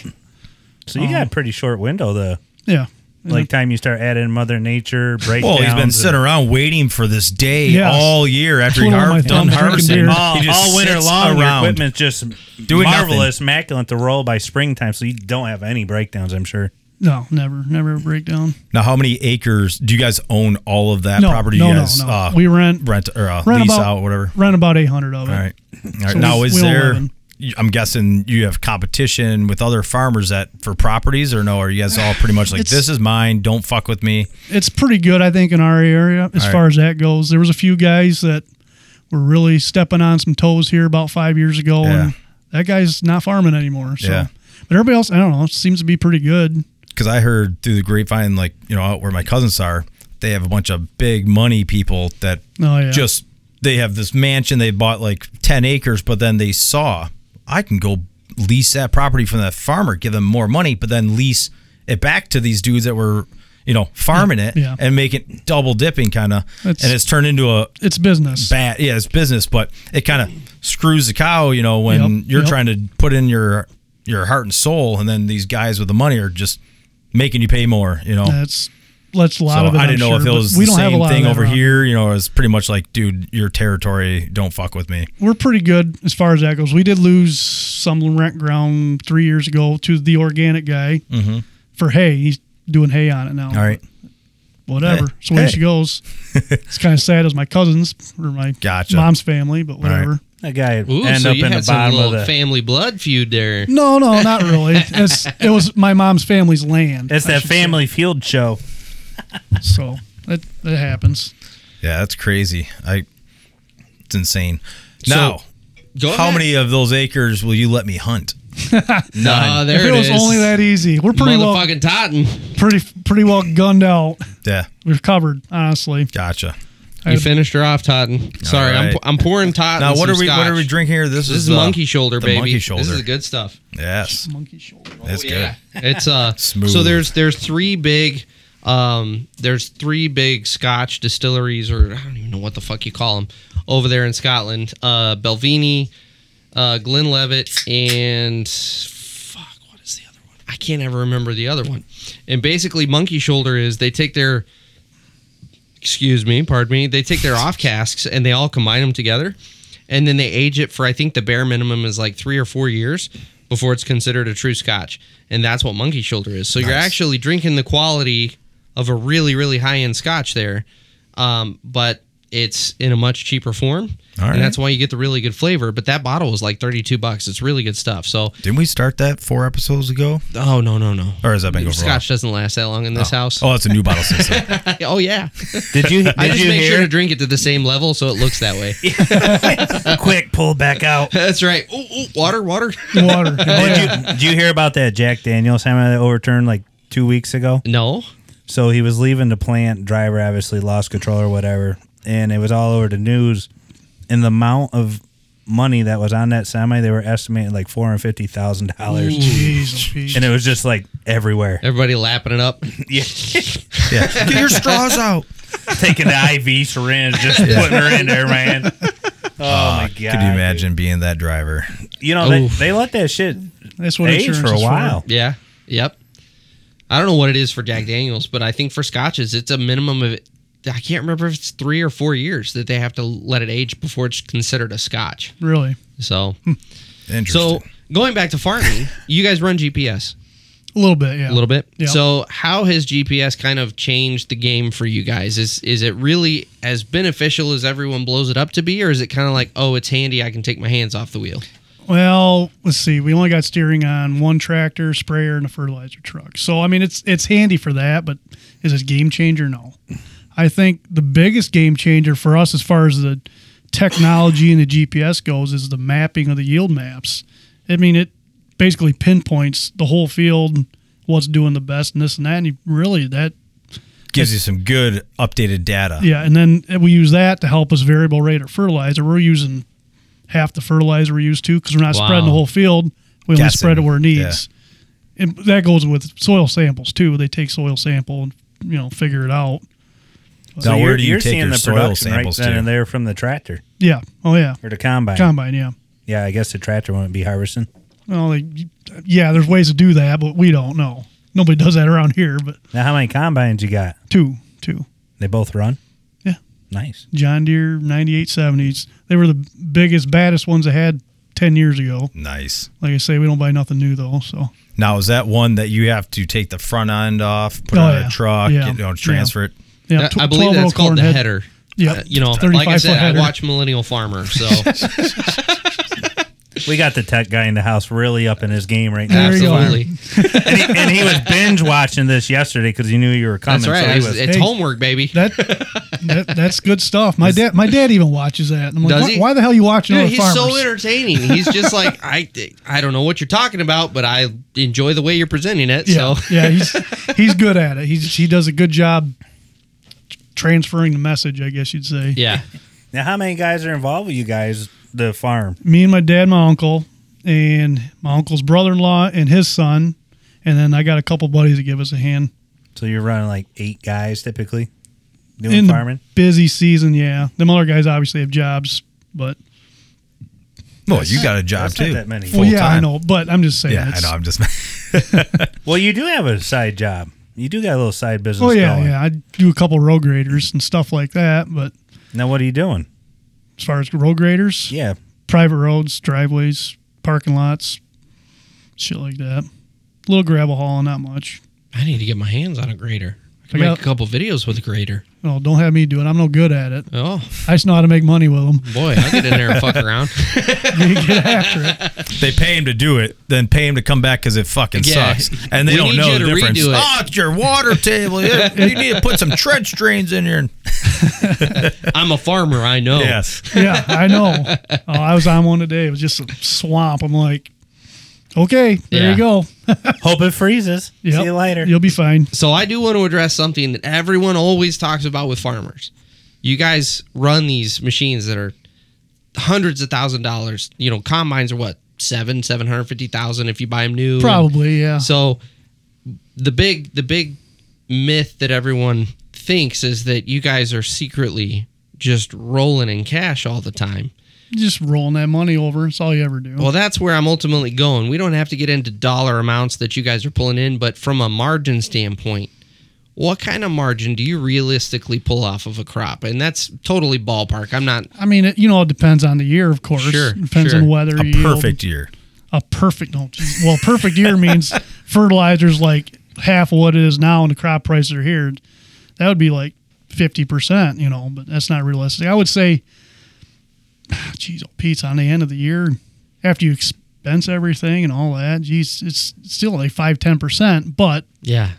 So you got a pretty short window the
Yeah. mm-hmm.
like time you start adding Mother Nature breakdowns.
Well, he's been
and-
sitting around waiting for this day
Yes.
all year after he
Twiddling my
har- done
thumbs drinking
harvesting.
beer.
all,
He just
all winter
sits
long. Your
around.
equipment's just
Doing nothing.
marvelous, immaculate to roll by springtime. So you don't have any breakdowns, I'm sure.
No, never, never a breakdown.
Now, how many acres do you guys own? All of that
No,
property?
no,
you
no,
guys
no.
Uh,
We rent-
rent or uh,
Rent
lease
about-
out, whatever.
Rent about eight hundred of it.
All right. All right.
So
now,
we-
is
we own
there
11.
you- I'm guessing you have competition with other farmers that for properties or no? Are you guys all pretty much like
It's-
this is mine? Don't fuck with me.
it's pretty good, I think, in our area as
All right.
far as that goes. There was a few guys that were really stepping on some toes here about five years ago,
Yeah.
and that guy's not farming anymore. So,
Yeah.
but everybody else, I don't know, seems to be pretty good.
Because I heard through the grapevine, like you know, out where my cousins are, they have a bunch of big money people that
Oh, yeah.
just they have this mansion they bought like ten acres, but then they saw I can go lease that property from that farmer, give them more money, but then lease it back to these dudes that were you know farming it
Yeah.
and make it double dipping kind of, and
That's-
it's turned into a
It's business.
bad. Yeah, it's business, but it kind of screws the cow. You know, when
Yep,
you're
yep.
trying to put in your your heart and soul, and then these guys with the money are just making you pay more. You know,
That's that's a
so
lot of it.
I
I'm
didn't know
sure,
if it
but
was
we
the
don't have a
same
lot of
thing
that
over
around.
here. You know, it's pretty much like, dude, your territory, don't fuck with me.
We're pretty good as far as that goes. We did lose some rent ground three years ago to the organic guy for hay. He's doing hay on it now.
Mm-hmm. All right,
whatever.
Hey,
So when
hey.
she goes, it's kind of sad as my cousins or my
Gotcha.
mom's family, but whatever.
right.
That guy would
Ooh,
end
so
up
you
in
had
the
some
bottom of
little
the.
family blood feud there.
No, no, not really. It's, it was my mom's family's land.
it's
I
that
should say.
family field show.
So that that happens.
yeah, that's crazy. I, it's insane. Now,
Go
how
ahead.
many of those acres will you let me hunt?
Nah, there
if it, was
is.
only that easy, we're pretty well
Motherfucking Totten.
pretty pretty well gunned out.
Yeah,
We're covered, honestly.
gotcha.
You
I'd-
finished her off, Totten. Sorry, I'm,
right.
pou- I'm pouring Totten.
Now, what
some
are we? What
scotch.
are we drinking here? This,
This is
the-
monkey shoulder,
the
baby.
Monkey shoulder.
This is the good stuff.
Yes,
Monkey shoulder.
that's
Oh,
good.
yeah. It's uh
Smooth.
so there's there's three big um there's three big Scotch distilleries or I don't even know what the fuck you call them over there in Scotland. Uh Belvini, uh Glenlevet and fuck what is the other one? I can't ever remember the other one. And basically monkey shoulder is they take their excuse me, pardon me, they take their off casks and they all combine them together and then they age it for I think the bare minimum is like 3 or 4 years before it's considered a true scotch. And that's what monkey shoulder is. So you're actually drinking the quality of a really really high-end scotch there. Um, but it's in a much cheaper form.
All right.
And that's why you get the really good flavor, but that bottle was like 32 bucks. It's really good stuff. So,
Didn't we start that four episodes ago?
oh no, no, no.
Or has that been going wrong?
Scotch doesn't last that long in this house.
Oh, that's a new bottle system.
oh yeah.
Did you? Did
I just
you
make sure
hear?
to drink it to the same level so it looks that way.
Quick, pull back out.
That's right. Ooh, ooh, water, water.
Water. Oh,
Did
yeah.
you, did you hear about that Jack Daniels semi that overturned like two weeks ago?
No.
So he was leaving the plant. Driver obviously lost control or whatever, and it was all over the news. And the amount of money that was on that semi, they were estimating like four hundred fifty thousand dollars,
Jeez, oh, jeez.
and it was just like everywhere.
Everybody lapping it up.
Yeah,
yeah. Get your straws out.
taking the IV syringe, just putting her in there, man. Oh my god!
Ah, Could you imagine being that driver?
dude. You know they,
Oof.
they let that shit
That's what
age
insurance
for a
is
while.
Yeah. Yep. I don't know what it is for Jack Daniels, but I think for scotches, it's a minimum of, I can't remember if it's three or four years that they have to let it age before it's considered a scotch.
Really,
So,
Interesting.
so going back to farming, you guys run GPS
a little bit, yeah.
a little bit.
Yeah.
So, how has GPS kind of changed the game for you guys? Is is it really as beneficial as everyone blows it up to be, or is it kind of like, oh, it's handy, I can take my hands off the wheel?
Well, let's see. We only got steering on one tractor, sprayer, and a fertilizer truck. So I mean, it's it's handy for that, but is it a game changer? No. I think the biggest game changer for us, as far as the technology and the GPS goes, is the mapping of the yield maps. I mean, it basically pinpoints the whole field, what's doing the best, and this and that. And you, really, that
Gives you some good updated data.
yeah, and then we use that to help us variable rate our fertilizer. We're using half the fertilizer we used to because we're not
Wow.
spreading the whole field. We only
Guessing.
spread it where it needs. And that goes with soil samples too. They take soil sample and you know figure it out.
Now,
So
where
you're-
do you
you're
take
seeing
your
the
soil
production
samples
right then
to?
and there from the tractor
Yeah. Oh yeah.
or the combine.
Combine. Yeah.
Yeah, I guess the tractor wouldn't be harvesting.
Well, they, yeah. There's ways to do that, but we don't know. Nobody does that around here. But
Now, how many combines you got?
two, two.
They both run.
Yeah.
Nice.
John Deere 9870s. They were the biggest, baddest ones I had ten years ago.
Nice.
Like I say, we don't buy nothing new though. So
Now, is that one that you have to take the front end off, put
Oh,
on
yeah.
a truck,
Yeah.
you know, transfer it?
Yeah,
I believe that's called the header.
Yep.
Uh, you know, like I
35 foot
said, I
header.
watch Millennial Farmer, so
We got the tech guy in the house really up in his game right now.
There you go.
Absolutely.
and, he, and he was binge watching this yesterday because he knew you were coming.
That's right.
So he
It's,
was,
it's
Hey.
homework, baby.
That, that that's good stuff. My dad, my dad even watches that. And I'm like,
Does
why,
he?
why the hell you watching
Dude,
all the
he's
farmers?
so entertaining. He's just like I. I don't know what you're talking about, but I enjoy the way you're presenting it.
yeah,
So
yeah, he's he's good at it. He's he does a good job transferring the message. I guess you'd say.
yeah,
now, how many guys are involved with you guys, the farm?
me and my dad, my uncle, and my uncle's brother-in-law and his son, and then I got a couple buddies that give us a hand
So you're running like eight guys typically doing
in
farming?
the busy season. Yeah, them other guys obviously have jobs, but
Well, you got a job
That's not
too.
that many.
well, yeah, I
Full-time.
know. But I'm just saying.
Yeah, I
it's-
know. I'm just.
Well, you do have a side job. You do got a little side business
Oh yeah,
going.
yeah. I do a couple row graders and stuff like that, but
Now, what are you doing?
as far as row graders,
Yeah.
private roads, driveways, parking lots, shit like that. little gravel hauling, not much.
I need to get my hands on a grater. I can
I
make
got-
a couple videos with a grater.
Oh, don't have me do it. I'm no good at it.
Oh
I just know how to make money with them.
boy, I'll get in there and fuck around.
Get after it.
they pay him to do it, then pay him to come back because it fucking
Yeah.
sucks, and they
We
don't
need
know
you
the
to
difference.
redo it.
Oh, it's your water table. You you need to put some trench drains in here.
I'm a farmer. I know.
Yes,
yeah, I know. Oh, I was on one today. It was just a swamp. I'm like, okay, there
Yeah.
you go.
Hope it freezes.
Yep.
See you later.
You'll be fine.
So I do want to address something that everyone always talks about with farmers. You guys run these machines that are hundreds of thousand dollars. You know, combines are what seven, seven hundred fifty thousand if you buy them new.
Probably, yeah.
So the big the big myth that everyone thinks is that you guys are secretly just rolling in cash all the time.
Just rolling that money over. That's all you ever do.
Well, that's where I'm ultimately going. We don't have to get into dollar amounts that you guys are pulling in, but from a margin standpoint, what kind of margin do you realistically pull off of a crop? And that's totally ballpark. I'm not
I mean, it, you know, it depends on the year, of course.
Sure,
It depends
sure.
on weather.
a
yield.
perfect year.
A perfect. No, geez. well, perfect year means fertilizer's like half of what it is now, and the crop prices are here. That would be like fifty percent, you know, but that's not realistic. I would say, geez, oh, Pete's on the end of the year after you expense everything and all that. Geez, it's still like five ten percent, but
Yeah.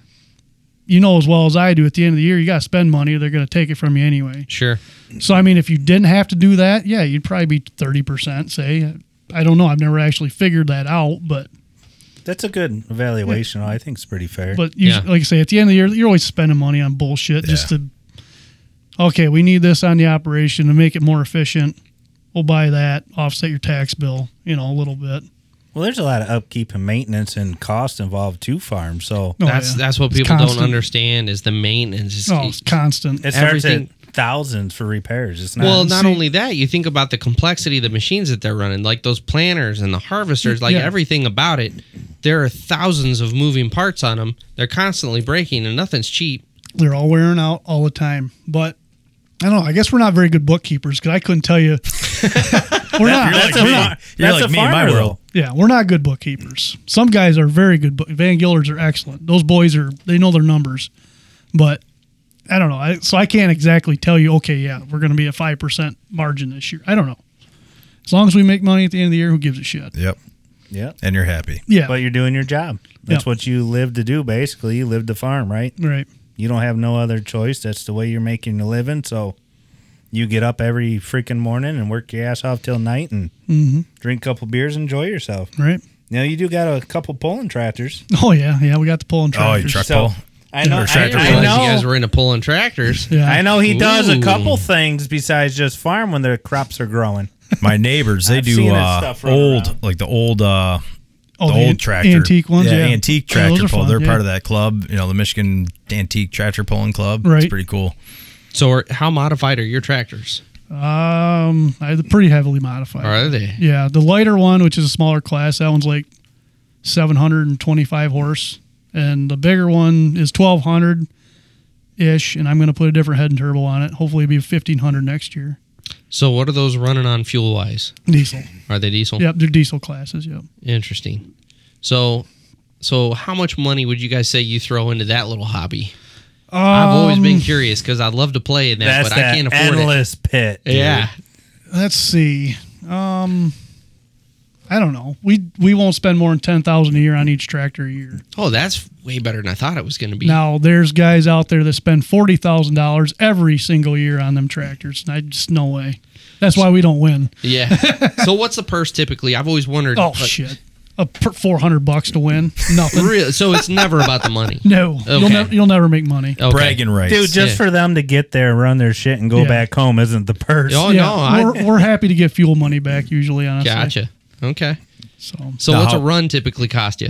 you know as well as I do, at the end of the year, you got to spend money. Or they're going to take it from you anyway.
Sure.
So I mean, if you didn't have to do that, yeah, you'd probably be thirty percent. Say, I don't know. I've never actually figured that out, but
That's a good evaluation. I think it's pretty fair.
but you,
Yeah.
like I say, at the end of the year, you're always spending money on bullshit just to. Okay, we need this on the operation to make it more efficient. We'll buy that, offset your tax bill, you know, a little bit.
well, there's a lot of upkeep and maintenance and cost involved to farm. So
No,
that's
Oh, yeah.
that's what
It's
people don't
constant.
understand is the maintenance. It's-
No, it's constant.
it starts
Everything-
at thousands for repairs. It's not.
well, not
see-
only that, you think about the complexity of the machines that they're running, like those planters and the harvesters, like
Yeah.
everything about it. There are thousands of moving parts on them. They're constantly breaking, and nothing's cheap.
They're all wearing out all the time. But I don't know. I guess we're not very good bookkeepers because I couldn't tell you. we're not.
that's
like
a
me.
far-
You're
that's
like
a
me in my
farmer,
world.
Yeah, we're not good bookkeepers. Some guys are very good. Book- Van Gilders are excellent. Those boys are they know their numbers, but I don't know. I, so I can't exactly tell you. Okay, yeah, we're going to be at five percent margin this year. I don't know. As long as we make money at the end of the year, who gives a shit?
Yep,
Yeah.
and you're happy.
Yeah,
But you're doing your job. That's
Yeah.
what you live to do. Basically, you live to farm, right?
right.
You don't have no other choice. That's the way you're making a living. So you get up every freaking morning and work your ass off till night and drink a couple beers, enjoy yourself.
Mm-hmm, Right.
Now you do got a couple pulling tractors.
Oh yeah, yeah. We got the pulling
Oh, you
tractors.
truck
So
pull.
I know.
Or
I,
tractor
I
I
know.
you guys were into pulling tractors.
yeah.
I know he does a
Ooh.
couple things besides just farm when their crops are growing.
My neighbors, they
I've
do
seen that
uh,
stuff running
old,
around.
like the old, uh,
Oh,
the,
the
old
an-
tractor,
antique ones? Yeah.
antique
Yeah, those
tractor
are
pull.
fun,
They're
yeah.
part of that club, you know, the Michigan Antique Tractor Pulling Club.
Right.
It's pretty cool.
So, are, how modified are your tractors?
Um, I pretty heavily modified.
Are they?
Yeah, the lighter one, which is a smaller class, that one's like 725 horse, and the bigger one is 1200 ish, and I'm going to put a different head and turbo on it. Hopefully, it'll be 1500 next year.
So, what are those running on fuel wise?
Diesel.
Are they diesel?
Yep, they're diesel classes. Yep.
Interesting. So, so how much money would you guys say you throw into that little hobby? I've always
Um,
been curious because I'd love to play in that,
That's
but I
that
can't afford
endless pit.
it.
dude.
Yeah,
Let's see. Um, I don't know. We we won't spend more than ten thousand a year on each tractor a year.
Oh, that's way better than I thought it was going to be.
Now there's guys out there that spend forty thousand dollars every single year on them tractors, and I just no way. That's why we don't win.
Yeah. so what's the purse typically? I've always wondered.
Oh
like,
shit, a per four hundred bucks to win, nothing.
Real, so it's never about the money.
No, you'll,
Okay.
never you'll never make money.
Okay.
Bragging rights.
Dude, just
Yeah.
for them to get there, run their shit, and go
Yeah.
back home isn't the purse.
Oh no, I
we're, we're happy to get fuel money back usually. Honestly,
gotcha. Okay.
So
So
No,
what's a
how-
run typically cost you?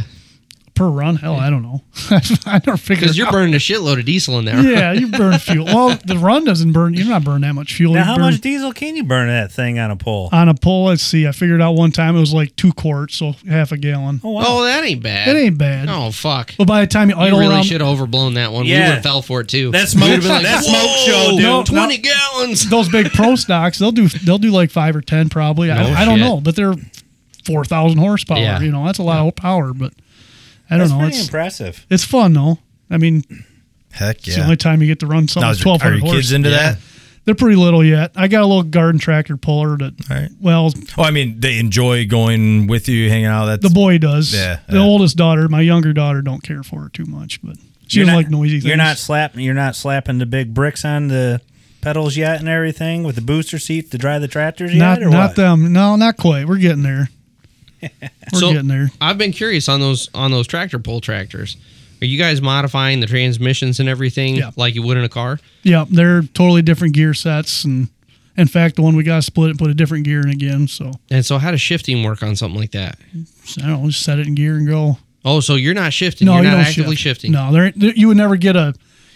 per run, hell, I don't know. I don't figure.
Because you're
out.
burning a shitload of diesel in there.
Yeah, you burn fuel. Well, the run doesn't burn. You're not burning that much fuel.
Now,
You
how
burn- Oh,
much diesel can you burn that thing on a pole?
on a pull? Let's see. I figured out one time it was like two quarts, so half a gallon.
wow.
Oh, that ain't bad.
It ain't bad.
Oh fuck.
But by the time you
You
idle
really
around,
should have overblown that one. We
Yeah.
would have fell for it too.
That smoke-
We would've been
that smoke show,
"Whoa,
dude." No,
Twenty gallons.
those big pro stocks, they'll do they'll do like five or ten probably.
No
I, I don't
shit.
know, but they're four thousand horsepower.
Yeah.
You know, that's a lot of power. But I don't
That's
know.
pretty
It's
impressive.
it's fun though. I mean,
Heck
it's the only time you get to run something
Now,
with
is your-
twelve
are
hundred
your
horse.
kids into that?
They're pretty little yet. I got a little garden tractor puller that.
Right.
Well,
Oh, I mean, they enjoy going with you, hanging out. That's
the boy does.
Yeah,
the
yeah.
oldest daughter, my younger daughter, don't care for it too much, but she doesn't like noisy things.
You're not slapping. You're not slapping the big bricks on the pedals yet, and everything with the booster seat to drive the tractors
not
yet, or
not
what?
them. No, not quite. We're getting there. We're
So-
getting there.
I've been curious on those on those tractor pull tractors. Are you guys modifying the transmissions and everything
Yeah.
like you would in a car?
Yeah, they're totally different gear sets, and in fact, the one we got split and put a different gear in again. So,
And so, how does shifting work on something like that?
so I don't know, just set it in gear and go.
Oh, so you're not shifting.
no,
you're
you
not
don't
actively
shift.
shifting.
No, there, ain't- there you would never get a.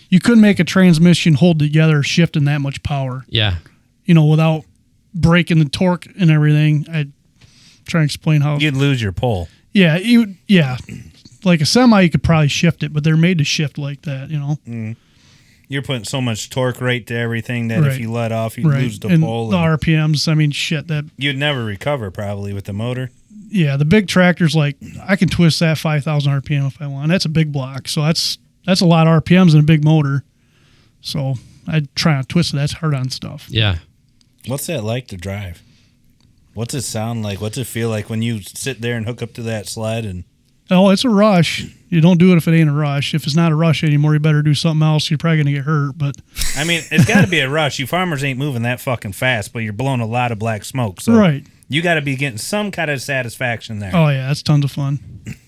You couldn't make a transmission hold together shifting that much power.
Yeah.
You know, without breaking the torque and everything. I try to explain how.
You'd lose your pole.
Yeah, you yeah. Like a semi, you could probably shift it, but they're made to shift like that, you know.
You're putting so much torque right to everything that if
Right.
you let off, you would
Right.
lose the
and
pole.
the
and
RPMs. I mean, shit. That
you'd never recover probably with the motor.
yeah, the big tractors like I can twist that five thousand RPM if I want. That's a big block, so that's that's a lot of RPMs in a big motor. So I try and twist it. That's hard on stuff.
Yeah.
What's that like to drive? What's it sound like? What's it feel like when you sit there and hook up to that sled and
Oh, it's a rush. You don't do it if it ain't a rush. If it's not a rush anymore, you better do something else. You're probably gonna get hurt. But
I mean, it's got to be a rush. You farmers ain't moving that fucking fast, but you're blowing a lot of black smoke. So
Right.
you got to be getting some kind of satisfaction there.
oh yeah, that's tons of fun.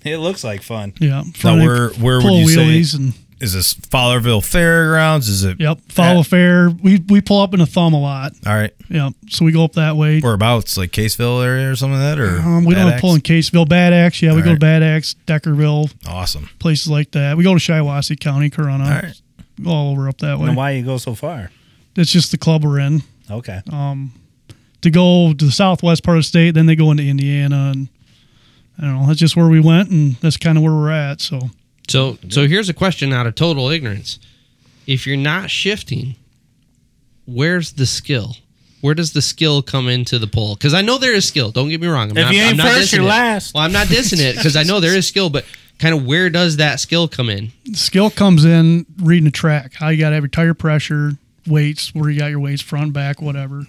It looks like fun.
Yeah.
Now, where where would
pull
you
wheelies
say
and
is this Fowlerville Fairgrounds? Is it
Yep. Follow fair. We we pull up in a thumb a lot.
all right?
Yep. So we go up that way.
Whereabouts, like Caseville area or something like that, or
Um, we don't
Bad
have pull in
Axe?
Caseville, Bad Axe. Yeah, we
All
go
right.
to Bad Axe, Deckerville,
Awesome.
places like that. We go to Shiawassee County, Corona,
All right.
all over up that
I don't know
way.
why you go so far.
It's just the club we're in.
Okay.
Oh, To go to the southwest part of the state, then they go into Indiana, and I don't know. That's just where we went, and that's kind of where we're at. So
So
Mm-hmm.
so here's a question out of total ignorance. If you're not shifting, where's the skill? Where does the skill come into the pull? Because I know there is skill. Don't get me wrong. I'm
If
not,
you
I'm
ain't
not
first,
dissing
you're
it.
last.
Well, I'm not dissing it because I know there is skill, but kind of where does that skill come in?
skill comes in reading the track. How you got to have your tire pressure, weights, where you got your weights, front, back, whatever.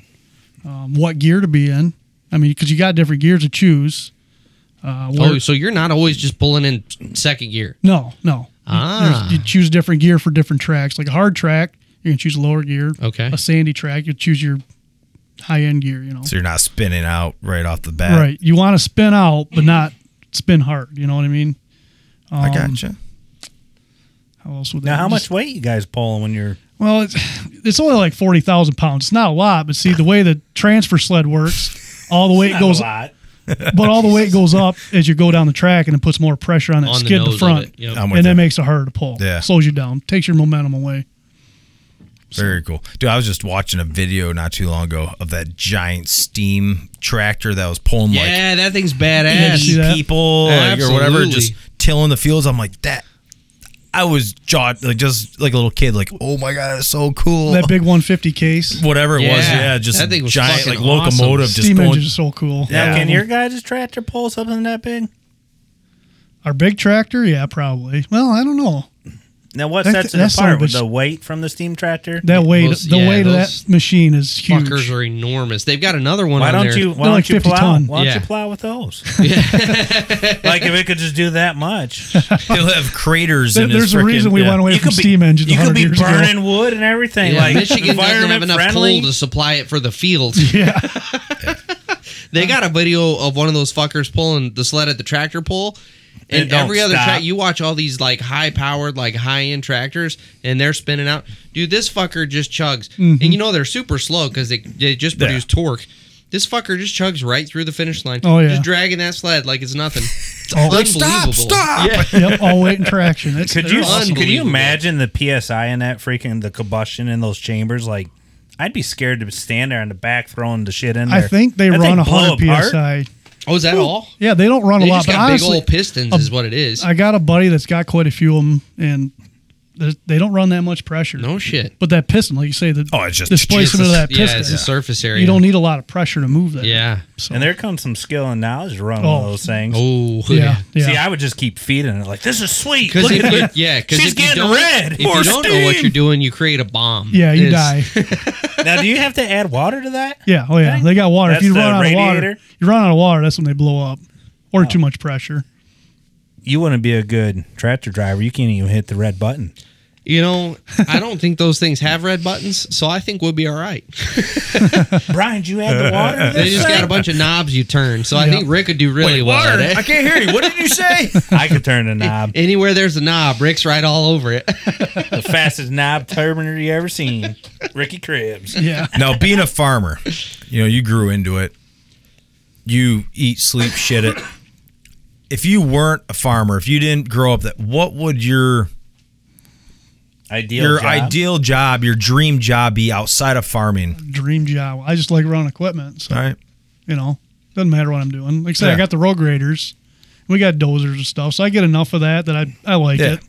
Um, what gear to be in. I mean, because you got different gears to choose. Uh, where-
Oh, so you're not always just pulling in second gear.
no, no. You-
Ah.
there's- You, choose different gear for different tracks. Like a hard track, you're gonna choose lower gear.
Okay.
A sandy track, you choose your high end gear. You know.
So you're not spinning out right off the bat.
Right. You want to spin out, but not spin hard. You know what I mean?
I
Um,
gotcha.
How else would that
now, how much
just-
weight you guys pulling when you're?
Well, it's, it's only like 40,000 pounds. It's not a lot, but see, the way the transfer sled works, all the way it goes,
lot.
but all the weight goes up as you go down the track and it puts more pressure on that
On the
skid in
nose
the
of
front.
it, yep.
I'm
And
with you.
that makes it harder to pull.
Yeah.
Slows you down, takes your momentum away.
Very cool. Dude, I was just watching a video not too long ago of that giant steam tractor that was pulling like E
Yeah, that thing's
you
badass.
see that?
people like, or whatever,
Absolutely.
just tilling the fields. I'm like, that. I was jawed, like just like a little kid, like, oh my God, that's so cool.
That big 150 case.
whatever it was.
Yeah,
Yeah, just
that thing was
giant, like
fucking
locomotive
awesome.
just
Steam
going.
engine is so cool.
Now,
Yeah.
can your guys' tractor pull something that big?
Our big tractor? Yeah, probably. Well, I don't know.
Now, what
That-
sets it
that son
apart?
of a
With
sh-
the weight from the steam tractor?
That weight,
those-
the
yeah,
weight of
those
that machine is huge.
Fuckers are enormous. They've got another one
why
on
don't
there.
you? Why
They're
don't
like
you
50
plow?
ton.
Why don't
Yeah.
you plow with those? like if it could just do that much,
He'll have craters
There-
in his
there's a
frickin'-
reason we
yeah.
went away
you
from
could
steam
be,
engines.
You could
100
be
years ago.
burning wood and everything.
Yeah,
like
Michigan doesn't have
environment
enough
friendly.
pull to supply it for the field.
Yeah.
They got a video of one of those fuckers pulling the sled at the tractor pull.
It
And
don't
every other
stop.
track, you watch all these like high powered, like high end tractors, and they're spinning out. Dude, this fucker just chugs.
Mm-hmm.
And you know they're super slow because they, they just
Yeah.
produce torque. This fucker just chugs right through the finish line.
Oh, yeah.
Just dragging that sled like it's nothing. It's
Oh, like,
unbelievable. Yeah.
yep, all weight and traction. It's,
Could
they're
you
awesome.
could you
Unbelievable.
imagine the psi in that freaking the combustion in those chambers? Like, I'd be scared to stand there on the back throwing the shit in
I
there.
think they
That thing
run
blow
100
apart.
psi.
Oh, is that all?
Yeah, they don't run
They
a lot.
just
But
got big
honestly,
old pistons,
a-
is what it is.
I got a buddy that's got quite a few of them, and there's- they don't run that much pressure.
no shit.
But that piston, like you say, the
Oh, it's just-
displacement of that
yeah,
piston.
it's a surface area.
You don't need a lot of pressure to move that.
Yeah.
So,
And there comes some skill and knowledge to run one
Oh.
of those things.
Oh,
yeah, yeah.
See, I would just keep feeding it. Like, this is sweet.
Because
Look
if
at
you,
it.
yeah, because
She's
if you
getting
don't,
red.
If
More
you don't know what
steam.
you're doing, you create a bomb.
yeah, you
It's-
die.
Now, do you have to add water to that?
Yeah, oh yeah, they got water.
That's
if you
the
run out of water,
radiator?
you run out of water. That's when they blow up, or too much pressure.
You wouldn't be a good tractor driver. You can't even hit the red button.
You know, I don't think those things have red buttons, so I think we'll be all right.
Brian, did you add the water to
They
this
just
thing?
got a bunch of knobs you turn, so I
Yeah.
think Rick could do really well at it.
I can't hear you. What did you say?
I could turn the knob.
Anywhere there's a knob, Rick's right all over it.
the fastest knob turbiner you ever seen. Ricky Cribs.
Yeah,
now, being a farmer, you know, you grew into it. You eat, sleep, shit it. If you weren't a farmer, if you didn't grow up that, what would your
Ideal
your
job.
ideal job, your dream job be outside of farming?
dream job. I just like running equipment, so
All right.
you know, doesn't matter what I'm doing. Like I said,
Yeah.
I got the road graders, we got dozers and stuff, so I get enough of that that I I like
Yeah.
it.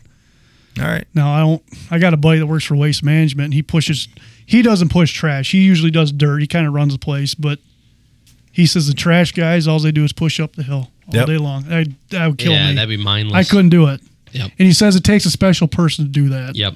All right.
Now I don't. I got a buddy that works for waste management. And he pushes. He doesn't push trash. He usually does dirt. He kind of runs the place, but he says the trash guys all they do is push up the hill all
Yep.
day long. I that would kill
yeah,
me.
that'd be mindless.
I couldn't do it.
Yep.
And he says it takes a special person to do that.
Yep.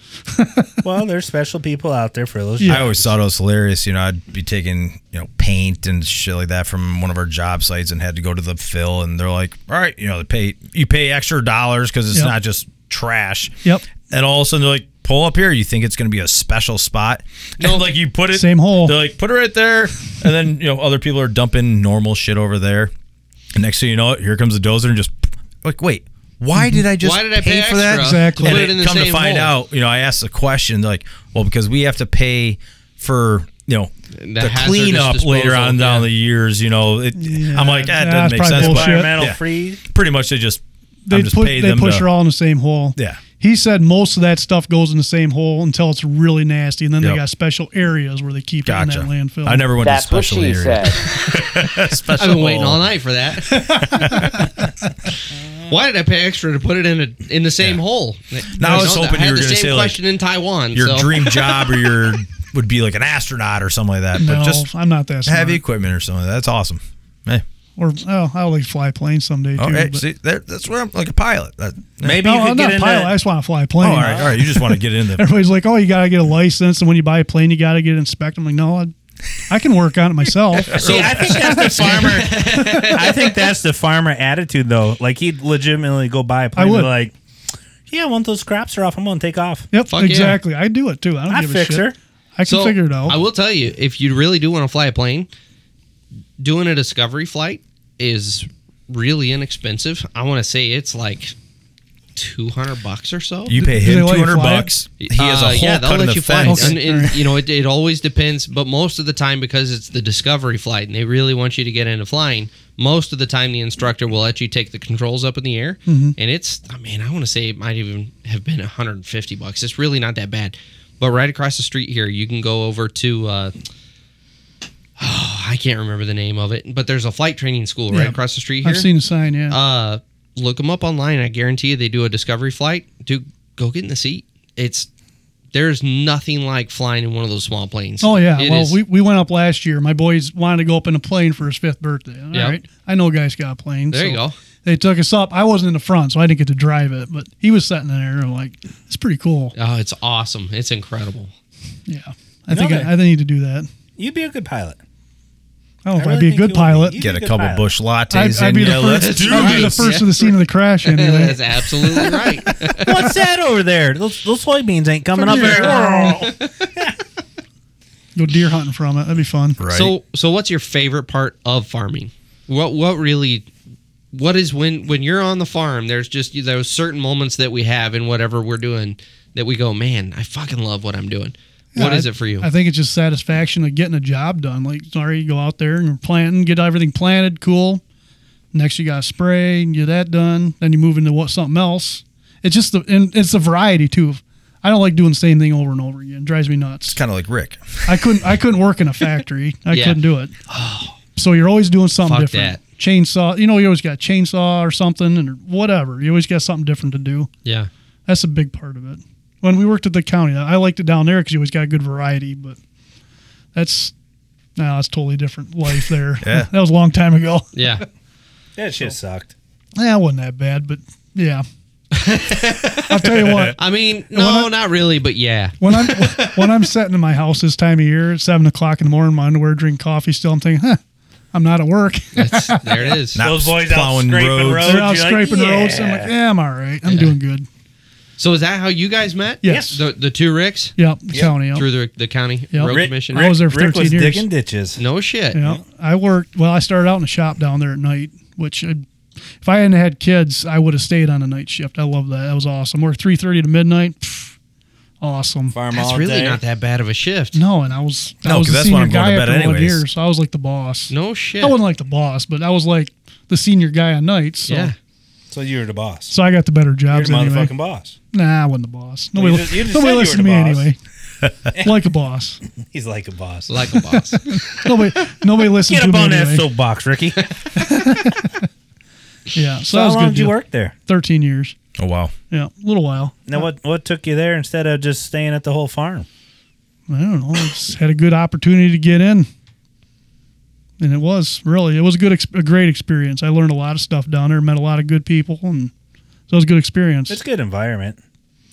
Well, there's special people out there for those.
I always thought it was hilarious. You know, I'd be taking you know paint and shit like that from one of our job sites and had to go to the fill, and they're like, "All right, you know, they pay you pay extra dollars because it's
Yep.
not just trash."
Yep.
And all of a sudden they're like, "Pull up here." You think it's going to be a special spot? No, like you put it
Same hole.
They're like, "Put it right there," and then you know other people are dumping normal shit over there. And next thing you know, here comes the dozer and just like, "Wait."
Mm-hmm.
Why did I just
Why did I pay
for that?
extra?
Exactly.
Put
And
it
it-
in the
come to
same
find
hole.
out, you know, I asked the question they're like, well, because we have to pay for you know the,
hazardous
cleanup later
disposal,
on down
yeah.
the years. You know, it, I'm like that
Yeah, that's probably
doesn't make sense. but
bullshit.
environmental
Yeah.
free.
pretty much, they just
They
I'm just
put
pay
they
them
push
to-
her all in the same hole.
Yeah.
He said most of that stuff goes in the same hole until it's really nasty, and then
Yep.
they got special areas where they keep
gotcha.
it in that landfill.
I never went to
That's what
special
she
area.
said.
Special-
I've been waiting all night for that. Why did I pay extra to put it in a in the same hole?
Now I was hoping
I
you
had
were
the
gonna
same
say, like,
question in Taiwan.
Your
so.
dream job or your would be like an astronaut or something like that.
No,
but just
I'm not that smart.
heavy equipment or something. That's awesome. Hey,
Or oh, I'll like fly planes someday too.
all right,
but-
Oh, see, there, that's where I'm like a pilot. That-
Maybe
no,
you could
I'm
get
not
in
a pilot. I just want to fly a
Oh,
plane.
all right, all right. You just want to get in the
Everybody's like, "Oh, you gotta get a license, and when you buy a plane, you gotta get it inspected." I'm like, "No, I, I can work on it myself."
So I think that's the farmer. I think that's the farmer attitude, though. Like he'd legitimately go buy a plane.
I
and be
would.
like, yeah, once those crops are off, I'm gonna take off.
yep,
Fuck yeah.
exactly. I do it too. I don't
I
give
fix
a shit.
her.
I can figure it out.
I will tell you, if you really do want to fly a plane, doing a discovery flight is really inexpensive. I want to say it's like two hundred bucks or so.
You pay
do they
him
let
two
you
hundred
fly it?
bucks. He has a
Uh,
whole
yeah, they'll
cut
let
in the
you fly.
fence.
And, and,
Okay.
you know, it, it always depends, but most of the time because it's the discovery flight and they really want you to get into flying, most of the time the instructor will let you take the controls up in the air, and it's I mean I want to say it might even have been 150 bucks. It's really not that bad, but right across the street here you can go over to. Uh, oh, I can't remember the name of it, but there's a flight training school right
Yeah.
across the street here.
I've seen a sign. Yeah,
Uh, look them up online. I guarantee you they do a discovery flight. Dude, go get in the seat. It's there's nothing like flying in one of those small planes.
Oh yeah.
It
well,
is-
we, we went up last year. My boys wanted to go up in a plane for his fifth birthday. All right,
Yep.
I know a guy's got a plane.
There you
so
go.
They took us up. I wasn't in the front, so I didn't get to drive it, but he was sitting in there. I'm like, it's pretty cool.
Oh, it's awesome. It's incredible.
Yeah. I think
Okay.
I, I need to do that.
You'd be a good pilot.
I don't know
I
if I'd
really
be a
think you would
good
be.
pilot.
You-
Get a
Good
couple
pilot.
bush
I'd,
lattes
I'd
in.
be the
Yeah, let's
first.
do
I'd be the
this.
first in the scene of the crash anyway.
That's absolutely right.
What's that over there? Those, those soybeans ain't coming up there.
Go deer hunting from it. That'd be fun.
right.
So, so what's your favorite part of farming? What what really what is when when you're on the farm? There's just those certain moments that we have in whatever we're doing that we go, man, I fucking love what I'm doing. What is
Yeah, I-
it for you?
I think it's just satisfaction of getting a job done. Like, sorry, you go out there and you're planting, get everything planted, cool. Next, you got to spray and get that done. Then you move into what something else. It's just the and it's the variety too. I don't like doing the same thing over and over again. It drives me nuts.
it's kind of like Rick.
I couldn't. I couldn't work in a factory. I
Yeah. Oh.
couldn't do it. So you're always doing something
Fuck
different. Chainsaw. You know, you always got chainsaw or something and whatever. You always got something different to do.
yeah,
That's a big part of it. When we worked at the county, I liked it down there because you always got good variety. But that's now that's totally different life there.
Yeah.
that was a long time ago.
yeah.
That shit sucked.
Yeah, it wasn't that bad, but yeah. I'll tell you what.
I mean, no, not really, but yeah.
When I'm when I'm sitting in my house this time of year at seven o'clock in the morning, my underwear, drink coffee, still, I'm thinking, huh, I'm not at work.
That's, there it is.
Not
Those boys out
plowing
scraping roads.
They're out
you're like,
scraping roads. I'm like, "Eh,
"Yeah."
yeah, I'm all right. I'm doing good.
So is that how you guys met?
Yes.
The the two Ricks
Yep, the county. Yep.
through the the county
Yep.
road
Rick-
commission.
I was there for
Rick was
13 years.
digging ditches.
no shit.
Yeah, I worked. Well, I started out in a shop down there at night, which I, if I hadn't had kids, I would have stayed on a night shift. I love that. That was awesome. Worked three thirty to midnight. Pfft, awesome.
Farm
That's
all
really
day.
not that bad of a shift.
No, and I was I
No,
was
'cause
the
that's
senior
when I'm going
guy
to bed
after one
anyways.
year, so I was like the boss.
No shit.
I wasn't like the boss, but I was like the senior guy on nights. So,
yeah.
So you were the boss.
so I got the better
You're the
jobs anyway.
motherfucking boss.
Nah, I wasn't the boss.
Well,
Nobody,
you just- you just said
nobody
you were
listened to
the
me
boss.
anyway. like a boss.
He's like a boss.
Like a boss.
Nobody, nobody listened
Get
to
up
me
on that
anyway.
soapbox, Ricky. so
yeah, so, that
how long
was good.
did you
deal.
work there?
Thirteen years.
Oh wow.
Yeah, a little while.
Now, what what took you there instead of just staying at the whole farm?
I don't know. I just had a good opportunity to get in, and it was really it was a good, ex- a great experience. I learned a lot of stuff down there, met a lot of good people, and so it was a good experience.
It's a good environment.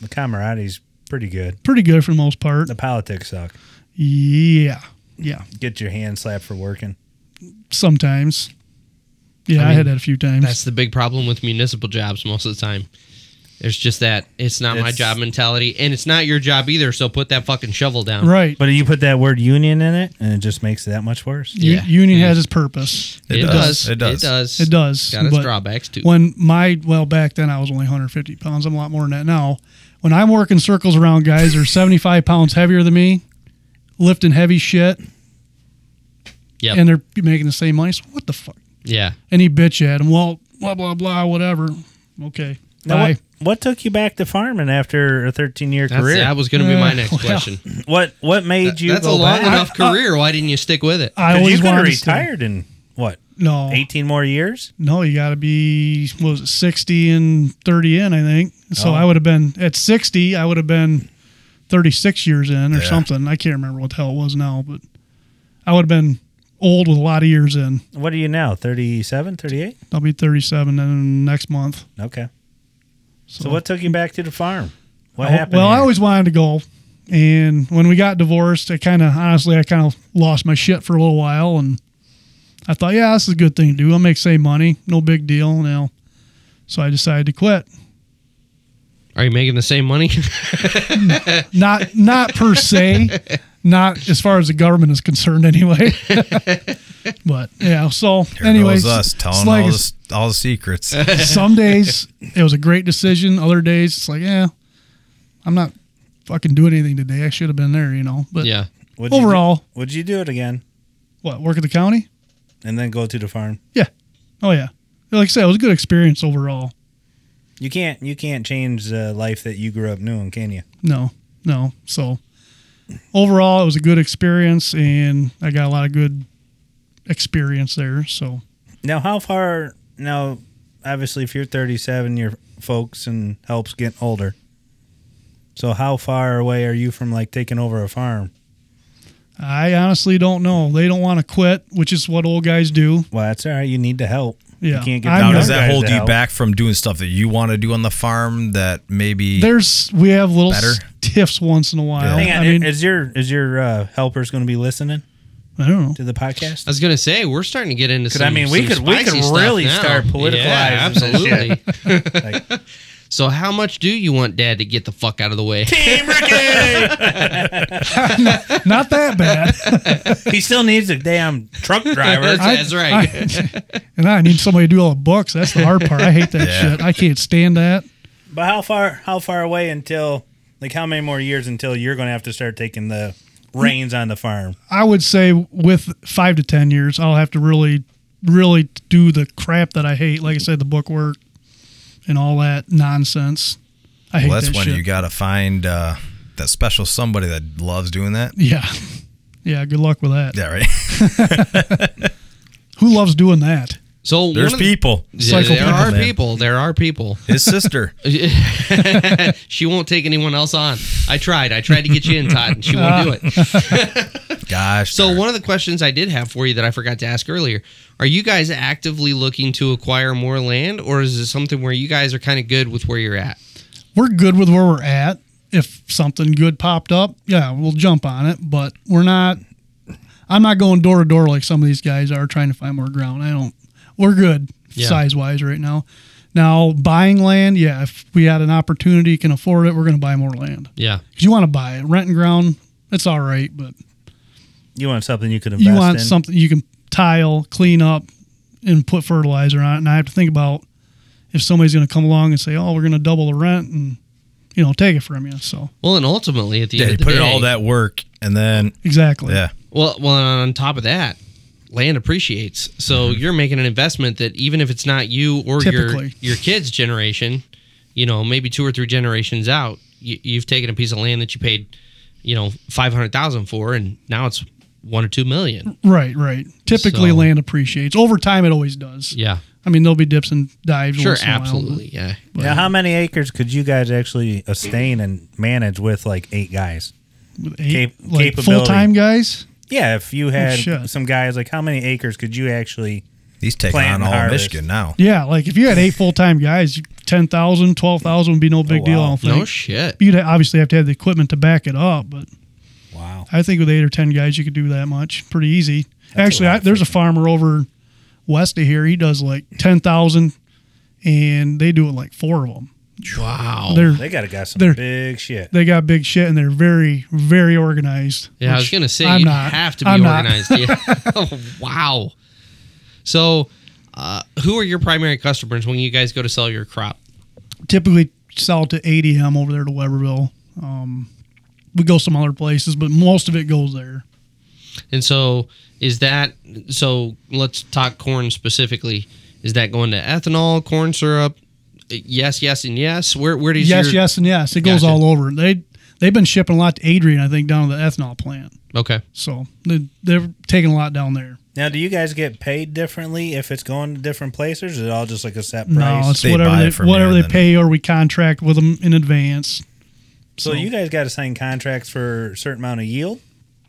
The camarade's pretty good.
pretty good for the most part.
The politics suck.
Yeah, yeah.
Get your hand slapped for working.
Sometimes, yeah, I,
mean,
had that a few times.
That's the big problem with municipal jobs most of the time. There's just that it's not my
It's-
job mentality, and it's not your job either. So put that fucking shovel down.
right.
But you put that word union in it, and it just makes it that much worse.
U-
Yeah.
union has its purpose.
It,
It
does.
does. It does.
It does.
It does.
Got its
but-
drawbacks too.
when my well back then I was only 150 pounds. I'm a lot more than that now. When I'm working circles around guys that are 75 pounds heavier than me, lifting heavy shit,
Yep.
and they're making the same money. So what the fuck?
yeah.
And he bitch at him. Well, blah blah blah, whatever. Okay,
Now,
bye.
what, what took you back to farming after a 13 year
That's,
career?
That was going to be my
Uh,
next
well,
question.
What what made you
That's a
go
long
back?
enough
I- I-
career. Why didn't you stick with it?
I
'Cause you
always
could have
wanted to stay- Oh.
retired in what
No,
18 more years.
no, you got to be what was it 60 and 30 in I think.
Oh.
So I would have been at 60. I would have been 36 years in or
Yeah.
something. I can't remember what the hell it was now, but I would have been old with a lot of years in.
What are you now? 37, 38?
I'll be 37 in next month.
Okay. So, what took you back to the farm? What
Oh,
happened?
Well, I
here?
always wanted to go, and when we got divorced, I kind of honestly, I kind of lost my shit for a little while, and I thought, yeah, this is a good thing to do. I'll make same money, no big deal. Now, so I decided to quit.
Are you making the same money?
Not not per se, not as far as the government is concerned, anyway. but yeah, so
Here
anyways,
goes us
it's
telling
like
all,
it's-
this, all the secrets.
some days it was a great decision. Other days it's like, yeah, I'm not fucking doing anything today. I should have been there, you know. But
yeah.
Would you do-
overall,
would you do it again
what work at the county?
and then go to the farm?
Yeah. Oh yeah. Like I said, it was a good experience overall.
You can't you can't change the life that you grew up knowing, can you?
No, no. So overall, it was a good experience, and I got a lot of good experience there. So
Now, how far? Now, obviously, if you're 37, your folks and helps get older. So, how far away are you from like taking over a farm?
I honestly don't know. They don't want to quit, which is what old guys do.
Well, that's all right. You need the help.
Yeah.
You can't get
I'm
Now,
the
does
other
that
guys
hold
to
you
help.
back from doing stuff that you want to do on the farm that maybe
There's we have little
Better.
tiffs once in a while.
Hang on,
I mean,
is your is your uh, helpers going to be listening
I don't know.
to the podcast?
I was gonna say we're starting to get into
'Cause,
some.
I mean, we
some
could- we
spicy
could
stuff
really
now.
start politicalizing
Yeah,
this shit.
absolutely.
Like,
so, how much do you want Dad to get the fuck out of the way?
Not that bad.
he still needs a damn truck driver.
That's- That's right.
I- and I need somebody to do all the books. That's the hard part. I hate that
Yeah.
shit. I can't stand that.
but how far how far away until like how many more years until you're going to have to start taking the reins on the farm?
I would say with five to ten years, I'll have to really, really do the crap that I hate. Like I said, the book work and all that nonsense. I hate
well, that's
that
when
shit.
you got to find uh, that special somebody that loves doing that.
yeah, yeah. Good luck with that.
Yeah, right.
Who loves doing that?
So one
There's
of the-
people.
Yeah,
Cycle
there
people,
are
man.
people. There are people.
His sister.
She won't take anyone else on. I tried. I tried to get you in, Todd, and she won't do it.
Gosh.
So
darn.
one of the questions I did have for you that I forgot to ask earlier: Are you guys actively looking to acquire more land, or is it something where you guys are kind of good with where you're at?
We're good with where we're at. If something good popped up, yeah, we'll jump on it. But we're not. I'm not going door to door like some of these guys are trying to find more ground. I don't. We're good
Yeah.
size wise right now. Now buying land, yeah. If we had an opportunity, can afford it, we're going to buy more land.
Yeah.
because you want to buy it. Rent and ground, it's all right, but
You want something you could invest
you want
in.
something you can tile, clean up, and put fertilizer on. it. And I have to think about if somebody's going to come along and say, "Oh, we're going to double the rent," and you know, take it from you. So
Well, and ultimately at the
yeah,
end
you
of the
put
day,
in all that work and then,
exactly,
yeah.
Well, well, and on top of that, land appreciates. So you're making an investment that even if it's not you or
Mm-hmm. Typically.
your your kids' generation, you know, maybe two or three generations out, you, you've taken a piece of land that you paid, you know, five hundred thousand for, and now it's one or two million.
right, right. Typically,
So-
land appreciates over time. It always does.
Yeah,
I mean, there'll be dips and dives.
sure,
once in a while, but-
absolutely, yeah.
now, how many acres could you guys actually sustain and manage with like eight guys?
with eight,
Cap-
like
capability.
full time guys.
Yeah, if you had
Oh, shit.
some guys, like how many acres could you actually?
He's taking
Plant
on all of
harvest.
Michigan now.
Yeah, like if you had eight full time guys, 10,000, 12,000 would be no big deal. I
wow.
don't think.
No shit.
You'd obviously have to have the equipment to back it up, but
Wow.
I think with eight or ten guys, you could do that much pretty easy. Actually,
lot
I,
of
there's a farmer over west of here. He does like ten thousand, and they do it like four of them.
Wow.
They're
They got to got some
They're-
big shit.
they got big shit, and they're very very organized.
Yeah, I was
which
gonna say
I'm
you
not.
have to be
I'm not.
organized. Yeah. oh, wow. So, uh, who are your primary customers when you guys go to sell your crop?
Typically sell to ADM over there to Weberville. Um, we go some other places, but most of it goes there.
And so is that so let's talk corn specifically. Is that going to ethanol, corn syrup? Yes, yes, and yes. Where where does
yes,
your,
yes, and yes. It goes
Gotcha.
all over. They they've been shipping a lot to Adrian, I think, down to the ethanol plant.
Okay.
So they, they're taking a lot down there.
Now, do you guys get paid differently if it's going to different places? Is it all just like a set price?
No, it's
They
whatever
buy
they,
it from
whatever
you
they
and then-
pay, or we contract with them in advance.
so you guys got to sign contracts for a certain amount of yield.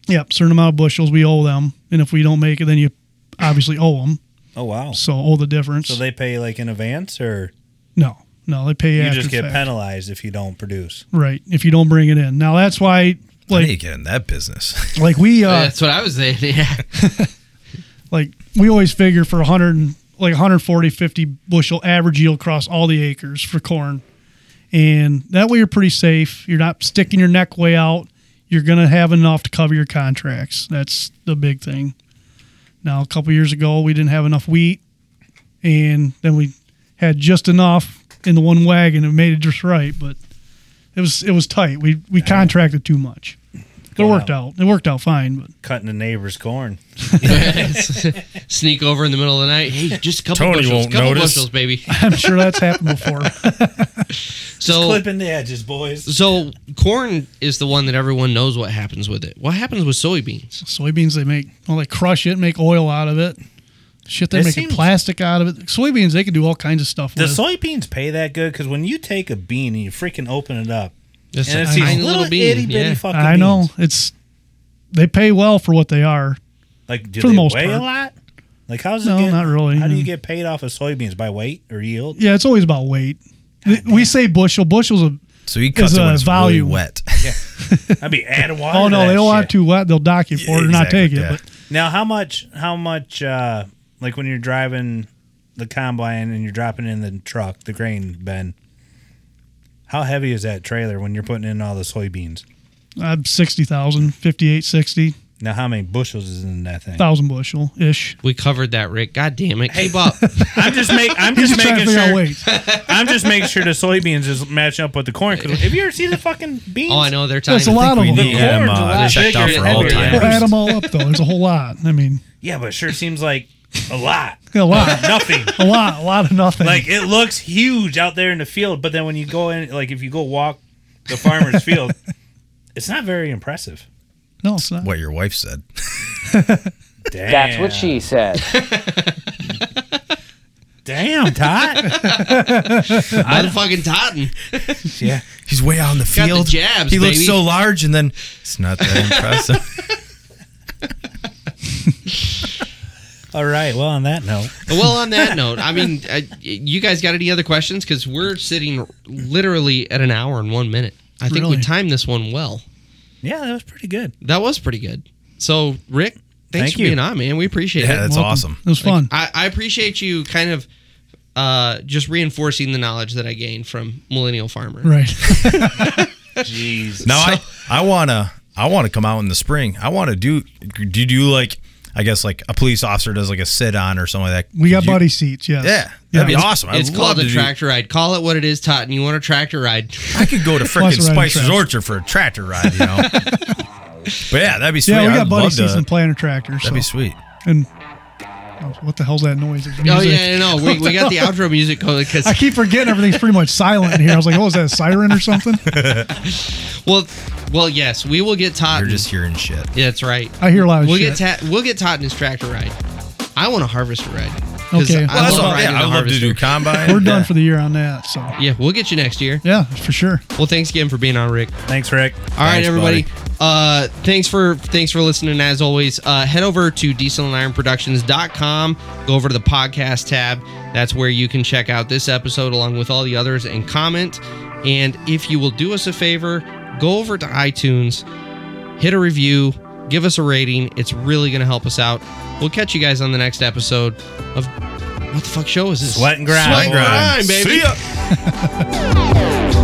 Yep, certain amount of bushels we owe them, and if we don't make it, then you obviously owe them.
Oh wow!
So owe the difference.
So they pay like in advance, or
no, no, they pay
you
after
just
the
get
fact.
penalized if you don't produce.
right if you don't bring it in. Now that's why,
How do you
like,
get in that business?
like we uh,
That's what I was saying. Yeah.
like we always figure for 100 and- like 140 50 bushel average yield across all the acres for corn and that way you're pretty safe you're not sticking your neck way out you're going to have enough to cover your contracts that's the big thing now a couple years ago we didn't have enough wheat and then we had just enough in the one wagon and made it just right but it was it was tight we we contracted too much but it worked out it worked out fine but
Cutting the neighbor's corn.
Sneak over in the middle of the night. Hey, just a couple
Tony
bushels,
won't
couple
notice.
bushels, baby.
i'm sure that's happened before
So
Clipping the edges, boys.
so corn is the one that everyone knows what happens with it. What happens with soybeans?
soybeans they make well they crush it make oil out of it shit they're
It
making
seems-
plastic out of it soybeans they can do all kinds of stuff
The
Mm-hmm.
with
soybeans pay that good because when you take a bean and you freaking open it up,
Just
and
a
it's
tiny
these little, itty bitty
yeah.
fucking.
i know
beans.
it's they pay well for what they are
Like, do
For the
they
most
weigh a
part.
lot? Like, how's it?
No,
get-
not really, Mm.
How do
yeah.
you get paid off of soybeans by weight or yield?
Yeah, it's always about weight. we say bushel. Bushel's a
So he cuts
It's
it when
a
it's really
volume.
wet.
I'd be adding water.
oh
to
no,
that
they don't
shit.
want too wet. They'll dock you for it or not
Exactly,
take it.
yeah.
But
Now, how much? How much? uh Like when you're driving the combine and you're dropping it in the truck, the grain bin. How heavy is that trailer when you're putting in all the soybeans?
I'm 60,000, 58, 60,000
Now, how many bushels is in that thing?
bushel ish.
We covered that, Rick. God damn it. Keep up.
I'm just make. I'm
He's
just
just
making
trying to figure out
sure.
weight.
I'm just making sure the soybeans is matching up with the corn. 'cause have you ever seen the fucking beans?
oh, I know. They're tiny.
There's a lot of
we
them.
need
The
him
corn's a
uh,
lot
checked
bigger
out
than
for all
everything
We'll add
time.
them all up though. There's a whole lot. I mean,
Yeah, but it sure seems like a lot.
a lot,
Nothing.
a lot, a lot of nothing.
Like it looks huge out there in the field, but then when you go in, like if you go walk the farmer's field, it's not very impressive.
no, it's not.
What your wife said.
Damn.
That's what she said.
Damn, Todd.
Motherfucking Totten.
yeah.
He's way out in the
the
field.
jabs,
he looks
baby.
so large, and then it's not that impressive.
All right. Well, on that note,
well, on that note, I mean, uh, you guys got any other questions? Because we're sitting literally at an hour and one minute. I think we
Really?
timed this one well.
yeah, that was pretty good.
That was pretty good. So, Rick, thanks
Thank
for
you.
being on, man. We appreciate
Yeah,
it.
that's
Welcome.
awesome.
It was fun.
I, I appreciate you kind of uh, just reinforcing the knowledge that I gained from Millennial Farmer.
right.
Jeez.
Now I I wanna I wanna come out in the spring. I wanna do do you do like I guess like a police officer does like a sit on or something like that.
We got
Could you-
buddy seats. Yes.
Yeah, that'd be awesome.
It's
I'd
called
love
a
to do-
tractor ride. Call it what it is, Totten. You want a tractor ride? Oh,
I could go to
Plus
freaking
riding
Spicer's
tractor.
Orchard for a tractor ride, you know. but yeah, that'd be sweet.
Yeah, we got
I'd
buddy
love to-
seats and planter tractors.
That'd be
so-
sweet.
And oh, what the hell's that noise? It's
Oh
music.
yeah, no, no. We, we got the outro music going because
I keep forgetting everything's pretty much silent in here. I was like, oh, is that a siren or something?
well, well, yes, we will get
You're
Totten.
just hearing shit.
yeah, that's right.
I hear a lot of
We'll
Oh, shit.
get ta- we'll get Todd in his tractor ride. I want a harvester ride. 'Cause
Okay.
I
Well,
That's
love
all-
riding
yeah,
the
I'd love to
harvester.
do combine.
We're done
Yeah.
for the year on that. So
Yeah, we'll get you next year.
yeah, for sure.
Well, thanks again for being on, Rick.
Thanks, Rick.
All right,
Thanks,
everybody. Uh, thanks for thanks for listening. As always, uh, head over to dieselandironproductions.com. Go over to the podcast tab. That's where you can check out this episode along with all the others and comment. And if you will do us a favor, go over to iTunes, hit a review, give us a rating. It's really going to help us out. We'll catch you guys on the next episode of what the fuck show is this?
Sweat and grind,
Sweat and
boys.
grind, baby.
See ya.